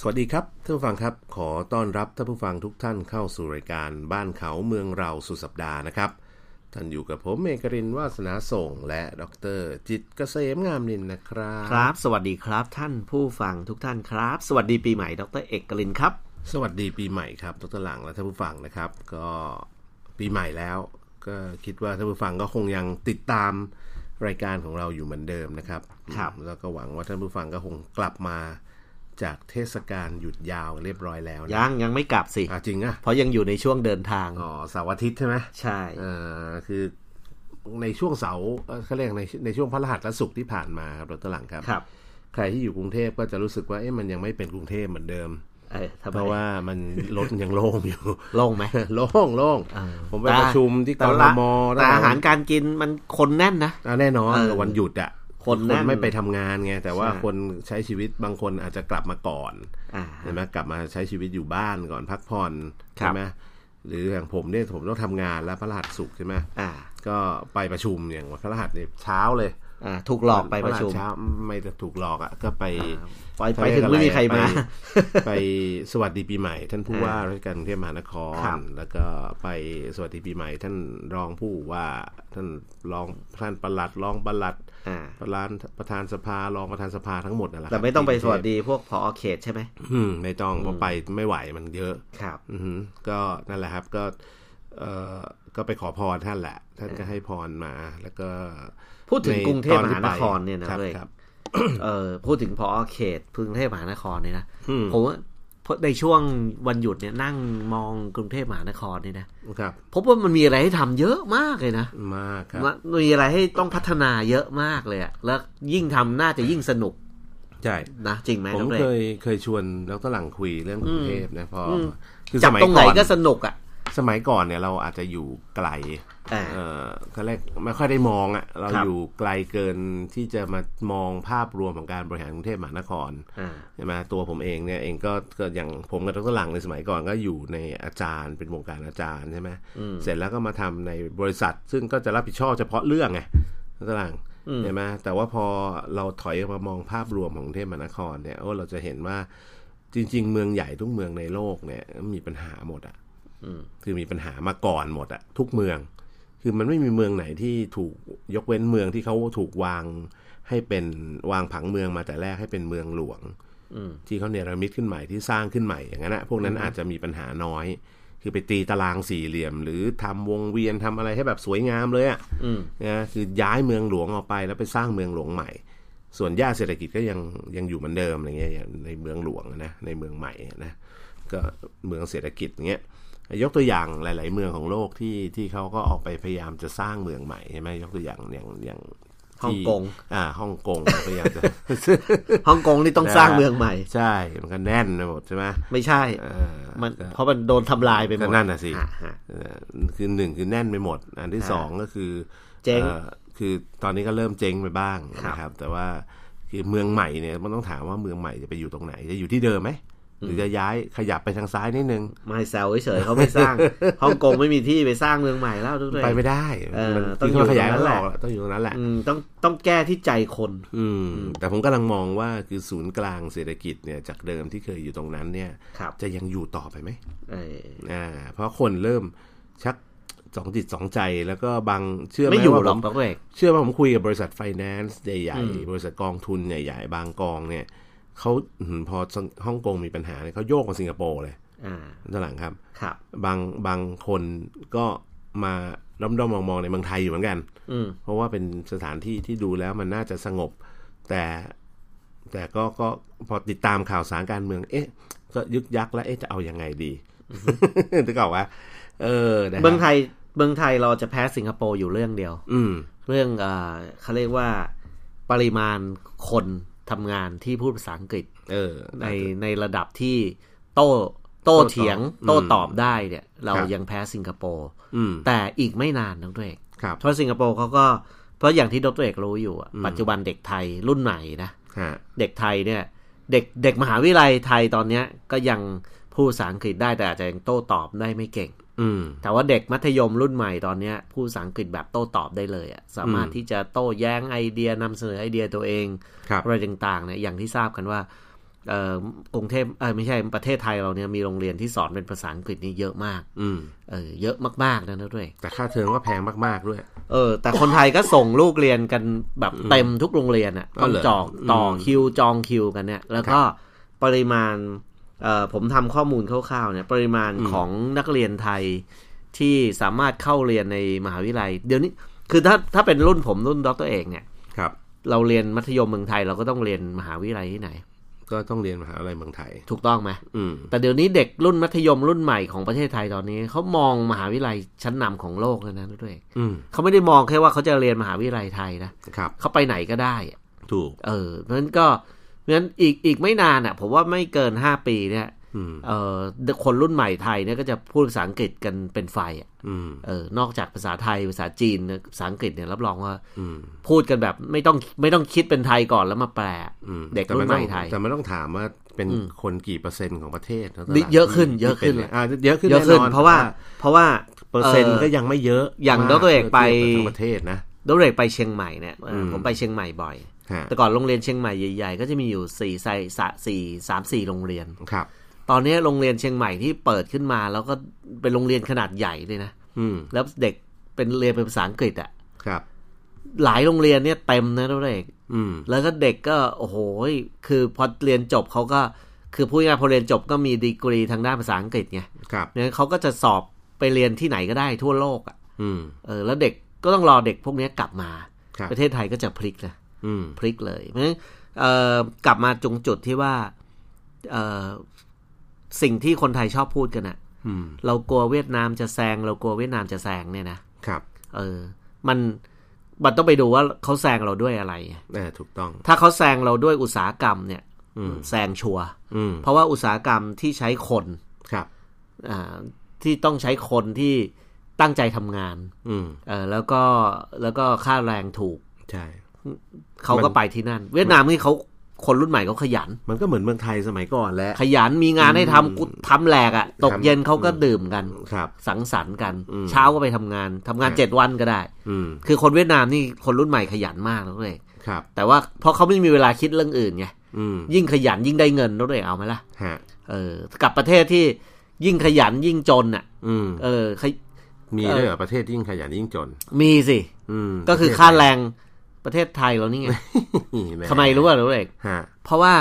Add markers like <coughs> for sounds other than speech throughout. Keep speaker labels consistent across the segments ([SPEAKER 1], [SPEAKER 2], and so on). [SPEAKER 1] สวัสดีครับท่านผู้ฟังครับ ขอต้อนรับท่านผู้ฟังทุกท่านเข้าสู่รายการบ้านเขาเมืองเราสุดสัปดาห์นะครับ ท่านอยู่กับผมเมกรินวาสนาส่งและดรจิตรเกษมงามนินทร์นะครับ
[SPEAKER 2] ครับ สวัสดีครับท่านผู้ฟังทุกท่านครับ สวัสดีปีใหม่ดรเอกกลินครับ
[SPEAKER 1] สวัสดีปีใหม่ครับดรหลังและท่านผู้ฟังนะครับ ก็ปีใหม่แล้ว ก็คิดว่าท่านผู้ฟังก็คงยังติดตามรายการของเราอยู่เหมือนเดิมนะครับ
[SPEAKER 2] ครับ
[SPEAKER 1] แล้วก็หวังว่าท่านผู้ฟังก็คงกลับมาจากเทศกาลหยุดยาวเรียบร้อยแล้วนะ
[SPEAKER 2] ยังยังไม่กลับสิ
[SPEAKER 1] อ่ะจริงอะ
[SPEAKER 2] เพราะยังอยู่ในช่วงเดินทาง
[SPEAKER 1] อ๋อเสาร์อาทิตย์ใช่ไหม
[SPEAKER 2] ใช่
[SPEAKER 1] เอ่อคือในช่วงเสาร์เอ่อเขาเรียกในในช่วงพฤหัสและศุกร์ที่ผ่านมาครับดรหลังครับ
[SPEAKER 2] ครับ
[SPEAKER 1] ใครที่อยู่กรุงเทพก็จะรู้สึกว่าเอ๊ะมันยังไม่เป็นกรุงเทพเหมือนเดิม
[SPEAKER 2] เออทำไม
[SPEAKER 1] เพราะว่ามัน <laughs> รถยังโล่งอยู่ <laughs>
[SPEAKER 2] โล่งไหม
[SPEAKER 1] โล่งโล่งผมไปประชุมที่ก
[SPEAKER 2] แต่
[SPEAKER 1] ร
[SPEAKER 2] ละ
[SPEAKER 1] ม
[SPEAKER 2] แต่อาหารการกินมันคนแน่นนะ
[SPEAKER 1] อ่ะแน่นอน
[SPEAKER 2] เออ
[SPEAKER 1] วันหยุดอ่ะ
[SPEAKER 2] คนแน่น
[SPEAKER 1] ไม่ไปทำงานไงแต่ว่า
[SPEAKER 2] ใช่
[SPEAKER 1] คนใช้ชีวิตบางคนอาจจะกลับมาก่อน
[SPEAKER 2] อ่า
[SPEAKER 1] ใช่ไหมกลับมาใช้ชีวิตอยู่บ้านก่อนพักผ่อน
[SPEAKER 2] ครั
[SPEAKER 1] ใช่
[SPEAKER 2] บ
[SPEAKER 1] ไหมหรืออย่างผมเนี่ยผมต้องทำงานแล้วพระรหัสสุกร์ใช่ไหม
[SPEAKER 2] อ่า
[SPEAKER 1] ก็ไปประชุมอย่างวันพระรหัสเนี่ยเช้าเลย
[SPEAKER 2] อ่าถูกหลอกไปประชุม
[SPEAKER 1] หัสเช้าไม่ได้ถูกหลอกอะ่ะก็ไป
[SPEAKER 2] ไปไปถึงไม่มีใครมา
[SPEAKER 1] ไปไปสวัสดีปีใหม่ ท่านผู้ว่า
[SPEAKER 2] อ่า
[SPEAKER 1] ราชการกรุงเทพมหานคร
[SPEAKER 2] ครับ
[SPEAKER 1] แล้วก็ไปสวัสดีปีใหม่ ท่านรองผู้ว่าท่านรองท่านประหลัดรองประหลัด
[SPEAKER 2] อ่า
[SPEAKER 1] ประธานประธานสภารองประธานสภาทั้งหมดนั่นแหละ
[SPEAKER 2] แต่ไม่ต้องไปสวัสดีพวกพอเขตใช่ไหม
[SPEAKER 1] อืมไม่ต้องเพราะไปไม่ไหวมันเยอะ
[SPEAKER 2] ครับ
[SPEAKER 1] อือฮึก็นั่นแหละครับก็เออก็ไปขอพรท่านแหละ ท่านก็ให้พรมา แล้วก็
[SPEAKER 2] พูดถึงกรุงเทพมหานคร
[SPEAKER 1] ตอที่ไป
[SPEAKER 2] เนี่ยนะ
[SPEAKER 1] รับ
[SPEAKER 2] เว้ย
[SPEAKER 1] ครับ
[SPEAKER 2] เออพูดถึงพอเขตพื้นเทพมหานครเนี่ยนะผมว่าในช่วงวันหยุดเนี่ยนั่งมองกรุงเทพมหานครเนี่ยนะครับ พบว่ามันมีอะไรให้ทำเยอะมากเลยนะ
[SPEAKER 1] มากครับ
[SPEAKER 2] มันมีอะไรให้ต้องพัฒนาเยอะมากเลยอะแล้วยิ่งทำน่าจะยิ่งสนุก
[SPEAKER 1] ใช่
[SPEAKER 2] นะจริงไหม
[SPEAKER 1] ผม
[SPEAKER 2] น้องเร
[SPEAKER 1] เคน ยเคยชวนดรหลังคุยเรื่องกรุงเทพนะพออคือส
[SPEAKER 2] จับ
[SPEAKER 1] มัย
[SPEAKER 2] ตรงไหน
[SPEAKER 1] ก่อน
[SPEAKER 2] ก็สนุกอะ
[SPEAKER 1] สมัยก่อนเนี่ยเราอาจจะอยู่ไกล
[SPEAKER 2] อ่า
[SPEAKER 1] เออเขาเรียกไม่ค่อยได้มองอะ่ะ เรา
[SPEAKER 2] ครับ
[SPEAKER 1] อยู่ไกลเกินที่จะมามองภาพรวมของการบริหารกรุงเทพมหานคร
[SPEAKER 2] อ่า
[SPEAKER 1] ใช่ไหมตัวผมเองเนี่ยเองก็ก็อย่างผมกับดรหลังในสมัยก่อนก็อยู่ในอาจารย์เป็นวงการอาจารย์ใช่ไหมเสร็จแล้วก็มาทำในบริษัท ซึ่งก็จะรับผิดชอบเฉพาะเรื่องไงดรหลังใช่ไหมแต่ว่าพอเราถอยมามองภาพรวมของกรุงเทพมหานครเนี่ยโอ้เราจะเห็นว่าจริง ๆ เมืองใหญ่ทุกเมืองในโลกเนี่ยมีปัญหาหมดอะ
[SPEAKER 2] อืม
[SPEAKER 1] คือมีปัญหามาก่อนหมดอะทุกเมือง คือมันไม่มีเมืองไหนที่ถูกยกเว้นเมืองที่เขาถูกวางให้เป็นวางผังเมืองมาแต่แรกให้เป็นเมืองหลวง
[SPEAKER 2] อืม
[SPEAKER 1] ที่เขาเนรมิตขึ้นใหม่ที่สร้างขึ้นใหม่อย่างนั้นนะพวกนั้นอาจจะมีปัญหาน้อย คือไปตีตารางสี่เหลี่ยม หรือทำวงเวียนทำอะไรให้แบบสวยงามเลยอะ
[SPEAKER 2] อืม
[SPEAKER 1] นะคือย้ายเมืองหลวงออกไปแล้วไปสร้างเมืองหลวงใหม่ ส่วนย่าเศรษฐกิจก็ยังยังอยู่เหมือนเดิมอะไรเงี้ยอย่างในเมืองหลวงนะในเมืองใหม่นะก็เมืองเศรษฐกิจอย่างเงี้ยยกตัวอย่างหลาย ๆ เมืองของโลกที่ที่เขาก็ออกไปพยายามจะสร้างเมืองใหม่ใช่ไหมยกตัวอย่างอย่างอย่าง
[SPEAKER 2] ฮ่อง
[SPEAKER 1] ที่
[SPEAKER 2] กง
[SPEAKER 1] อ่าฮ่องกงพยายามจะ <laughs>
[SPEAKER 2] ฮ่องกงนี่ต้องสร้างเมืองใหม่
[SPEAKER 1] ใช่มันก็แน่นไปหมดใช่ไหม
[SPEAKER 2] ไม่ใช่
[SPEAKER 1] เออ
[SPEAKER 2] มัน
[SPEAKER 1] ก็
[SPEAKER 2] เพราะมันโดนทำลายไปหมด
[SPEAKER 1] ก็นั่นน่ะสิ
[SPEAKER 2] อ่ฮ
[SPEAKER 1] เอ่อคือหนึ่งคือแน่นไปหมด อันที่สองก็คือ
[SPEAKER 2] เจ๊ง
[SPEAKER 1] อ่อคือตอนนี้ก็เริ่มเจ๊งไปบ้าง
[SPEAKER 2] ครับ
[SPEAKER 1] นะครับ แต่ว่าคือเมืองใหม่เนี่ยมันต้องถามว่าเมืองใหม่จะไปอยู่ตรงไหน จะอยู่ที่เดิมไหมหรือจะย้ายขยับไปทางซ้ายนิดนึง
[SPEAKER 2] ไม่แซวเฉยๆเขาไม่
[SPEAKER 1] <laughs>
[SPEAKER 2] สร้างฮ่องกงไม่มีที่ไปสร้างเมืองใหม่แล้วทุกท่าน
[SPEAKER 1] ไปไม่ได้
[SPEAKER 2] เออ
[SPEAKER 1] มัน
[SPEAKER 2] ต้อ
[SPEAKER 1] คื
[SPEAKER 2] ง
[SPEAKER 1] อ
[SPEAKER 2] อยู่
[SPEAKER 1] เขาขยาย
[SPEAKER 2] ตรงนั้
[SPEAKER 1] มันอ
[SPEAKER 2] นแหละ
[SPEAKER 1] อกแล้วต้องอยู่ตรงนั้นแหละ
[SPEAKER 2] อืมต้องต้องแก้ที่ใจคน
[SPEAKER 1] อืม แต่ผมกำลังมองว่าคือศูนย์กลางเศรษฐกิจเนี่ยจากเดิมที่เคยอยู่ตรงนั้นเนี่ย
[SPEAKER 2] ครับ
[SPEAKER 1] จะยังอยู่ต่อไปไหม
[SPEAKER 2] เออ
[SPEAKER 1] อ่าเพราะคนเริ่มชักสองจิตสองใจแล้วก็บางเชื่อไหม
[SPEAKER 2] ไม่อยู่
[SPEAKER 1] ว่า
[SPEAKER 2] หร
[SPEAKER 1] ผ
[SPEAKER 2] อก
[SPEAKER 1] ม
[SPEAKER 2] ดอกเอก
[SPEAKER 1] เชื่อว่าผมคุยกับบริษัทไฟแนนซ์ใหญ่ๆ บริษัทกองทุนใหญ่ๆ บางกองเนี่ยเขาอื้อหือพอฮ่องกงมีปัญหาเนี่ยเขาโยกมาสิงคโปร์เลย
[SPEAKER 2] อ่า
[SPEAKER 1] ตอนหลังครับ
[SPEAKER 2] ครับ
[SPEAKER 1] บางบางคนก็มาด้อมๆมองๆในเมืองไทยอยู่เหมือนกัน
[SPEAKER 2] อืม
[SPEAKER 1] เพราะว่าเป็นสถานที่ที่ดูแล้วมันน่าจะสงบ แต่แต่ก็ก็พอติดตามข่าวสารการเมือง เอ๊ะ ก็ยึกยักแล้วเอ๊ะจะเอายังไง
[SPEAKER 2] <laughs>
[SPEAKER 1] ดีถึงบอกว่า เออนะครับ
[SPEAKER 2] เมืองไทย เมืองไทยเราจะแพ้สิงคโปร์อยู่เรื่องเดียว
[SPEAKER 1] อืม
[SPEAKER 2] เรื่องเอ่อเขาเรียกว่าปริมาณคนทำงานที่พูดภาษาอังกฤษ
[SPEAKER 1] เออ
[SPEAKER 2] ในในระดับที่โต้โต้เถียง
[SPEAKER 1] โต้
[SPEAKER 2] โต้
[SPEAKER 1] ตอบ
[SPEAKER 2] ตอบได้เนี่ย เรา
[SPEAKER 1] ครับ
[SPEAKER 2] ยังแพ้สิงคโปร์
[SPEAKER 1] อืม
[SPEAKER 2] แต่อีกไม่นานน้องเอก
[SPEAKER 1] ครับ
[SPEAKER 2] เพราะสิงคโปร์เขาก็ เพราะอย่างที่ดรเอกรู้อยู่อะปัจจุบันเด็กไทยรุ่นใหม่นะ
[SPEAKER 1] ฮะ
[SPEAKER 2] เด็กไทยเนี่ยเด็กเด็กมหาวิทยาลัยไทยตอนเนี้ยก็ยังพูดภาษาอังกฤษได้แต่อาจจะยังโต้ตอบได้ไม่เก่ง
[SPEAKER 1] อืม
[SPEAKER 2] แต่ว่าเด็กมัธยมรุ่นใหม่ตอนเนี้ยพูดภาษาอังกฤษแบบโต้ตอบได้เลยอะสามารถ
[SPEAKER 1] อืม
[SPEAKER 2] ที่จะโต้แย้งไอเดียนำเสนอไอเดียตัวเอง
[SPEAKER 1] ครับ
[SPEAKER 2] อะไรต่างๆเนี่ยอย่างที่ทราบกันว่า เอ่อกรุงเทพเออไม่ใช่ประเทศไทยเราเนี่ยมีโรงเรียนที่สอนเป็นภาษาอังกฤษนี่เยอะมาก
[SPEAKER 1] อืม
[SPEAKER 2] เออเยอะมากๆนะนะด้วย
[SPEAKER 1] แต่ค่าเทอมก็แพงมากๆด้วย
[SPEAKER 2] เออ แต่คนไทยก็ส่งลูกเรียนกันแบบเต็มทุกโรงเรียนอ่ะ
[SPEAKER 1] อ๋อ
[SPEAKER 2] ต้อง
[SPEAKER 1] เหรอ
[SPEAKER 2] จองต่ออ
[SPEAKER 1] ม
[SPEAKER 2] คิวจองคิวกันเนี่ย แล้วก็ปริมาณเอ่อผมทำข้อมูลคร่าวๆเนี่ย ปริมาณ
[SPEAKER 1] อืม
[SPEAKER 2] ของนักเรียนไทยที่สามารถเข้าเรียนในมหาวิทยาลัย เดี๋ยวนี้คือถ้าถ้าเป็นรุ่นผมรุ่นด็อกเตอร์เอกเนี่ย
[SPEAKER 1] ครับ
[SPEAKER 2] เราเรียนมัธยมเมืองไทยเราก็ต้องเรียนมหาวิทยาลัยที่ไหน
[SPEAKER 1] ก็ต้องเรียนมหาลัยเมืองไทย
[SPEAKER 2] ถูกต้องไหม
[SPEAKER 1] อืม
[SPEAKER 2] แต่เดี๋ยวนี้เด็กรุ่นมัธยมรุ่นใหม่ของประเทศไทยตอนนี้เขามองมหาวิทยาลัยชั้นนำของโลกแล้วนะด้วย
[SPEAKER 1] อืม
[SPEAKER 2] เขาไม่ได้มองแค่ว่าเขาจะเรียนมหาวิทยาลัยไทยนะครับ เขาไปไหนก็ได้
[SPEAKER 1] ถูก
[SPEAKER 2] เออเพราะฉะนั้นก็เพราะฉะนั้นอีกอีกไม่นานอ่ะ ผมว่าไม่เกินห้าปีเนี่ย
[SPEAKER 1] อืม
[SPEAKER 2] เออคนรุ่นใหม่ไทยเนี่ยก็จะพูดภาษาอังกฤษกันเป็นไฟอะ
[SPEAKER 1] อืม
[SPEAKER 2] เออนอกจากภาษาไทยภาษาจีนเนี่ยภาษาอังกฤษเนี่ยรับรองว่า
[SPEAKER 1] อืม
[SPEAKER 2] พูดกันแบบไม่ต้องไม่ต้องคิดเป็นไทยก่อนแล้วมาแปล
[SPEAKER 1] อืม
[SPEAKER 2] เด็ก
[SPEAKER 1] แต่
[SPEAKER 2] รุ่นใหม่
[SPEAKER 1] ต้อง
[SPEAKER 2] ไทย
[SPEAKER 1] แต่ไม่ต้องถามว่าเป็น
[SPEAKER 2] อืม
[SPEAKER 1] คนกี่เปอร์เซ็นต์ของประเทศนตลาด
[SPEAKER 2] ดิเยอะขึ้น
[SPEAKER 1] ที่
[SPEAKER 2] เยอะขึ้น
[SPEAKER 1] ที่ป็อ่าเยอะขึ้น
[SPEAKER 2] เยอะ
[SPEAKER 1] แน่
[SPEAKER 2] ขึ้น
[SPEAKER 1] นอน
[SPEAKER 2] เพราะว่าเพราะว่า
[SPEAKER 1] เปอร์เซ็นต์ก็ยังไม่เยอะ
[SPEAKER 2] อย่าง
[SPEAKER 1] ม
[SPEAKER 2] ดรเอกไป
[SPEAKER 1] ทียบกับทั้งประเทศนะ
[SPEAKER 2] ดรเอกไปเชียงใหม่เนี่ยเอออ
[SPEAKER 1] ม
[SPEAKER 2] ผมไปเชียงใหม่บ่อย
[SPEAKER 1] ฮะ
[SPEAKER 2] แต่ก่อนโรงเรียนเชียงใหม่ใหญ่ ๆ ก็จะมีอยู่สี่ไซสะสี่สามสี่โรงเรียน
[SPEAKER 1] ครับ
[SPEAKER 2] ตอนนี้โรงเรียนเชียงใหม่ที่เปิดขึ้นมา แล้วก็เป็นโรงเรียนขนาดใหญ่เลยนะ
[SPEAKER 1] อืม
[SPEAKER 2] แล้วเด็กเป็นเรียนเป็นภาษาอังกฤษอะ
[SPEAKER 1] ครับ
[SPEAKER 2] หลายโรงเรียนเนี่ยเต็มนะทุกเด็ก
[SPEAKER 1] อืม
[SPEAKER 2] แล้วก็เด็กก็โอ้โหคือพอเรียนจบเขาก็คือพูดง่ายๆพอเรียนจบก็มีดีกรีทางด้านภาษาอังกฤษไง
[SPEAKER 1] ครับ
[SPEAKER 2] เนี่ยเขาก็จะสอบไปเรียนที่ไหนก็ได้ทั่วโลกอะ
[SPEAKER 1] อืม
[SPEAKER 2] เออแล้วเด็กก็ต้องรอเด็กพวกเนี้ยกลับมา
[SPEAKER 1] ครับ
[SPEAKER 2] ประเทศไทยก็จะพลิกนะ
[SPEAKER 1] อืม
[SPEAKER 2] พลิกเลยเพราะฉะนั้นเอ่อกลับมาจงจุดที่ว่าเอ่อสิ่งที่คนไทยชอบพูดกันอะ
[SPEAKER 1] อืม
[SPEAKER 2] เรากลัวเวียดนามจะแซงเรากลัวเวียดนามจะแซงเนี่ยนะ
[SPEAKER 1] ครับ
[SPEAKER 2] เออ มัน มันต้องไปดูว่าเขาแซงเราด้วยอะไร
[SPEAKER 1] เออถูกต้อง
[SPEAKER 2] ถ้าเขาแซงเราด้วยอุตสาหกรรมเนี่ย
[SPEAKER 1] อืม
[SPEAKER 2] แซงชัวร์
[SPEAKER 1] อืม
[SPEAKER 2] เพราะว่าอุตสาหกรรมที่ใช้คน
[SPEAKER 1] ครับ
[SPEAKER 2] อ่า ที่ต้องใช้คนที่ตั้งใจทำงาน
[SPEAKER 1] อืม
[SPEAKER 2] เออ แล้วก็ แล้วก็ค่าแรงถูก
[SPEAKER 1] ใช่
[SPEAKER 2] เขาก็ไปที่นั่น เวียดนามนี่เขาคนรุ่นใหม่เขาขยัน
[SPEAKER 1] มันก็เหมือนเมืองไทยสมัยก่อนแหละ
[SPEAKER 2] ขยัน มีงานให้ทำ
[SPEAKER 1] อืม
[SPEAKER 2] กูทำแหลกอะ่ะ ตก
[SPEAKER 1] ทำ
[SPEAKER 2] เย็นเขาก็ดื่มกัน
[SPEAKER 1] ครับ
[SPEAKER 2] สังสรรค์กัน
[SPEAKER 1] อืม
[SPEAKER 2] เช้าก็ไปทำงาน ทำงานเจ็ดวันก็ได้
[SPEAKER 1] อืม
[SPEAKER 2] คือคนเวียดนามนี่คนรุ่นใหม่ขยันมากนะเลย
[SPEAKER 1] ครับ
[SPEAKER 2] แต่ว่าเพราะเขาไม่มีเวลาคิดเรื่องอื่นไง
[SPEAKER 1] อืม
[SPEAKER 2] ยิ่งขยันยิ่งได้เงินแล้วด้วยเอาไหมล่ะ
[SPEAKER 1] ฮะ
[SPEAKER 2] เออกับประเทศที่ยิ่งขยันยิ่งจนอ่ะ
[SPEAKER 1] อืม
[SPEAKER 2] เออขย
[SPEAKER 1] มีด้วยเหรอประเทศยิ่งขยันยิ่งจน
[SPEAKER 2] มีสิ
[SPEAKER 1] อืม
[SPEAKER 2] ก็คือค่าแรงประเทศไทยเรานี่ไง
[SPEAKER 1] แ
[SPEAKER 2] ทำไมรู้ว่ารู้เอก
[SPEAKER 1] ฮะ
[SPEAKER 2] เพราะว่า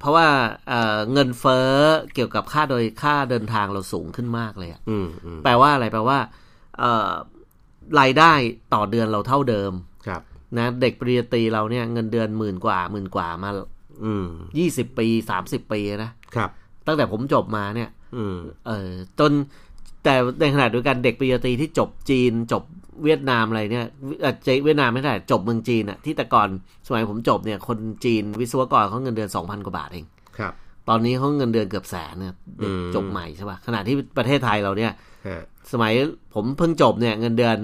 [SPEAKER 2] เพราะว่าเอ่อเงินเฟ้อเกี่ยวกับค่าโดยค่าเดินทางเราสูงขึ้นมากเลยอะ
[SPEAKER 1] อืมอืม
[SPEAKER 2] แปลว่าอะไรแปลว่าเอ่อรายได้ต่อเดือนเราเท่าเดิม
[SPEAKER 1] ครับ
[SPEAKER 2] นะเด็กปริญญาตรีเราเนี่ยเงินเดือนหมื่นกว่าหมื่นกว่ามา
[SPEAKER 1] อืม
[SPEAKER 2] 20 ปี 30 ปีนะ
[SPEAKER 1] ครับ
[SPEAKER 2] ตั้งแต่ผมจบมาเนี่ย
[SPEAKER 1] อืม
[SPEAKER 2] เออจนแต่ในขณะเดียวกันเด็กปริญญาตรีที่จบจีนจบเวียดนามอะไรเนี่ยเอ่อเจเวียดนามไม่ได้จบเมืองจีนอะที่แต่ก่อนสมัยผมจบเนี่ยคนจีนวิศวกรเขาเงินเดือนสองพันกว่าบาทเอง
[SPEAKER 1] ครับ
[SPEAKER 2] ตอนนี้เขาเงินเดือนเกือบแสนเนี่ยเด็ก
[SPEAKER 1] อืม
[SPEAKER 2] จบใหม่ใช่ป่ะขณะที่ประเทศไทยเราเนี่ย
[SPEAKER 1] ฮะ
[SPEAKER 2] สมัยผมเพิ่งจบเนี่ยเงินเดือน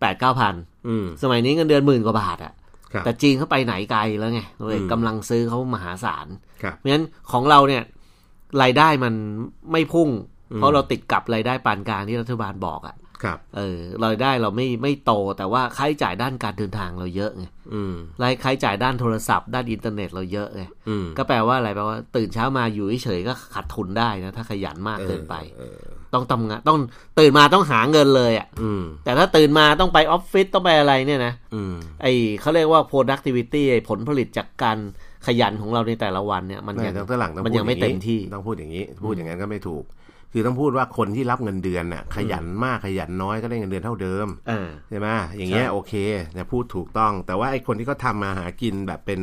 [SPEAKER 2] แปดเก้าพัน
[SPEAKER 1] อืม
[SPEAKER 2] สมัยนี้เงินเดือนหมื่นกว่าบาทอะ
[SPEAKER 1] ครับ
[SPEAKER 2] แต่จีนเขาไปไหนไกลแล้วไงเลย
[SPEAKER 1] อืม
[SPEAKER 2] กำลังซื้อเขามหาศาล
[SPEAKER 1] ครับ
[SPEAKER 2] เพราะฉะนั้นของเราเนี่ยรายได้มันไม่พุ่ง เพราะเราติดกับรายได้ปานกลางที่รัฐบาลบอกอะ่ะ
[SPEAKER 1] ครับ
[SPEAKER 2] เออรายได้เราไม่ไม่โตแต่ว่าค่าใช้จ่ายด้านการเดินทางเราเยอะไง
[SPEAKER 1] อืม
[SPEAKER 2] รายค่าใช้จ่ายด้านโทรศัพท์ด้านอินเทอร์เน็ตเราเยอะไง
[SPEAKER 1] อืม
[SPEAKER 2] ก็แปลว่าอะไรแปลว่าตื่นเช้ามาอยู่เฉยๆก็ขาดทุนได้นะถ้าขยันมากเกินไป
[SPEAKER 1] เออเออ
[SPEAKER 2] ต้องทำงานต้องตื่นมาต้องหาเงินเลยอะ่ะ
[SPEAKER 1] อืม
[SPEAKER 2] แต่ถ้าตื่นมาต้องไปออฟฟิศต้องไปอะไรเนี่ยนะ
[SPEAKER 1] อืม
[SPEAKER 2] ไอเขาเรียกว่า productivity ไอผลผลิตจากการขยันของเราในแต่ละวันเนี่ย มัน
[SPEAKER 1] ไม่
[SPEAKER 2] ยัง
[SPEAKER 1] ต้องตลังต้อง
[SPEAKER 2] มันยัง
[SPEAKER 1] พูด
[SPEAKER 2] ไม่
[SPEAKER 1] อา
[SPEAKER 2] เต็มที่
[SPEAKER 1] ต้องพูดอย่างนี้ พูดอย่างนั้นก็ไม่ถูก คือต้องพูดว่าคนที่รับเงินเดือนน่ะ ขยันมากขยันน้อยก็ได้เงินเดือนเท่าเดิม
[SPEAKER 2] อ่า
[SPEAKER 1] ใช่ไหมอย่างเงี้ยโอเคเนี่ยพูดถูกต้อง แต่ว่าไอ้คนที่เขาทำมาหากินแบบเป็น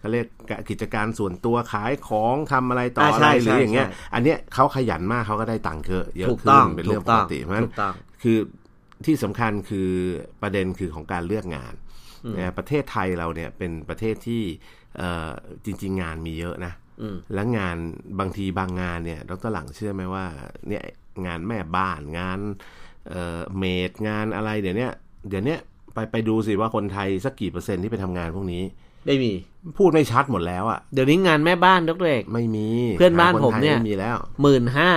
[SPEAKER 1] เขาเรียกกิจการส่วนตัวขายของทำอะไรต่อ
[SPEAKER 2] อ่า
[SPEAKER 1] อะ
[SPEAKER 2] ใช่
[SPEAKER 1] ไรหรืออย่างเงี้ย
[SPEAKER 2] ใช่ใช่
[SPEAKER 1] อันเนี้ยเขาขยันมากเขาก็ได้ตังค์เยอะเยอะ
[SPEAKER 2] ถูก
[SPEAKER 1] ขึ้
[SPEAKER 2] ต้
[SPEAKER 1] น
[SPEAKER 2] อง
[SPEAKER 1] เป็นเรื่องปกติเพราะฉะนั้น
[SPEAKER 2] ถูกต้อง
[SPEAKER 1] คือที่สำคัญคือประเด็นคือของการเลือกงานนะประเทศไทยเราเนี่ยเป็นประเทศที่เอ่อจริง ๆ งานมีเยอะนะ
[SPEAKER 2] อืม
[SPEAKER 1] และงานบางทีบางงานเนี่ยดรหลังเชื่อไหมว่าเนี่ยงานแม่บ้านงานเอ่อเมดงานอะไรเดี๋ยวเนี้ยเดี๋ยวเนี้ยไปไปดูสิว่าคนไทยสักกี่เปอร์เซ็นต์ที่ไปทำงานพวกนี้
[SPEAKER 2] ไม่มี
[SPEAKER 1] พูดไม่ชัดหมดแล้วอะ่ะ
[SPEAKER 2] เดี๋ยวนี้งานแม่บ้านดรเอก
[SPEAKER 1] ไม่มี
[SPEAKER 2] เพื่อนบ้าน
[SPEAKER 1] หค
[SPEAKER 2] ผมเนี่ย
[SPEAKER 1] ไทไม่มีแล้ว
[SPEAKER 2] หมื่นห้า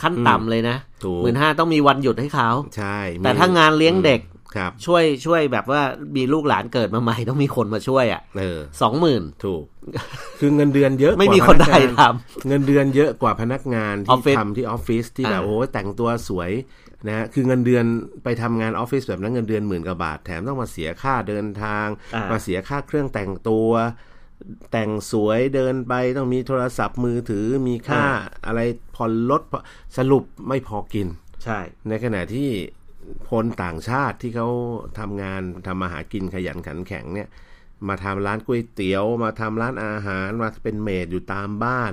[SPEAKER 2] ขั้นต่ำเลยนะ
[SPEAKER 1] ถูก
[SPEAKER 2] หมื่นห้าต้องมีวันหยุดให้เขา
[SPEAKER 1] ใช่มี
[SPEAKER 2] แต่ถ้างานเลี้ยงเด็ก
[SPEAKER 1] ครับ
[SPEAKER 2] ช่วยช่วยแบบว่ามีลูกหลานเกิดมาใหม่ต้องมีคนมาช่วยอ่ะ
[SPEAKER 1] เออ
[SPEAKER 2] สองหมื่น
[SPEAKER 1] ถูก <laughs> คือเงินเดือนเยอะกว่า
[SPEAKER 2] ไม่มีคน
[SPEAKER 1] พก
[SPEAKER 2] ได้
[SPEAKER 1] งาน
[SPEAKER 2] ท
[SPEAKER 1] เงินเดือนเยอะกว่าพนักงาน
[SPEAKER 2] ออ
[SPEAKER 1] ที่
[SPEAKER 2] ฟฟิศ
[SPEAKER 1] ทำที่ออฟฟิศที่แบบ
[SPEAKER 2] อ่า
[SPEAKER 1] โอ้ยแต่งตัวสวยนะฮะคือเงินเดือนไปทำงานออฟฟิศแบบนั้นเงินเดือนหมื่นกว่าบาทแถมต้องมาเสียค่าเดินทาง
[SPEAKER 2] อ่าม
[SPEAKER 1] มาเสียค่าเครื่องแต่งตัว แต่งสวยเดินไปต้องมีโทรศัพท์มือถือมีค่าอะไรผ่อนรถผ่อนสรุปไม่พอกิน
[SPEAKER 2] ำใช่
[SPEAKER 1] ในขณะที่คนต่างชาติที่เขาทำงานทำมาหากินขยันขันแข็งเนี่ย มาทำร้านก๋วยเตี๋ยวมาทำร้านอาหารมาเป็นเมดอยู่ตามบ้าน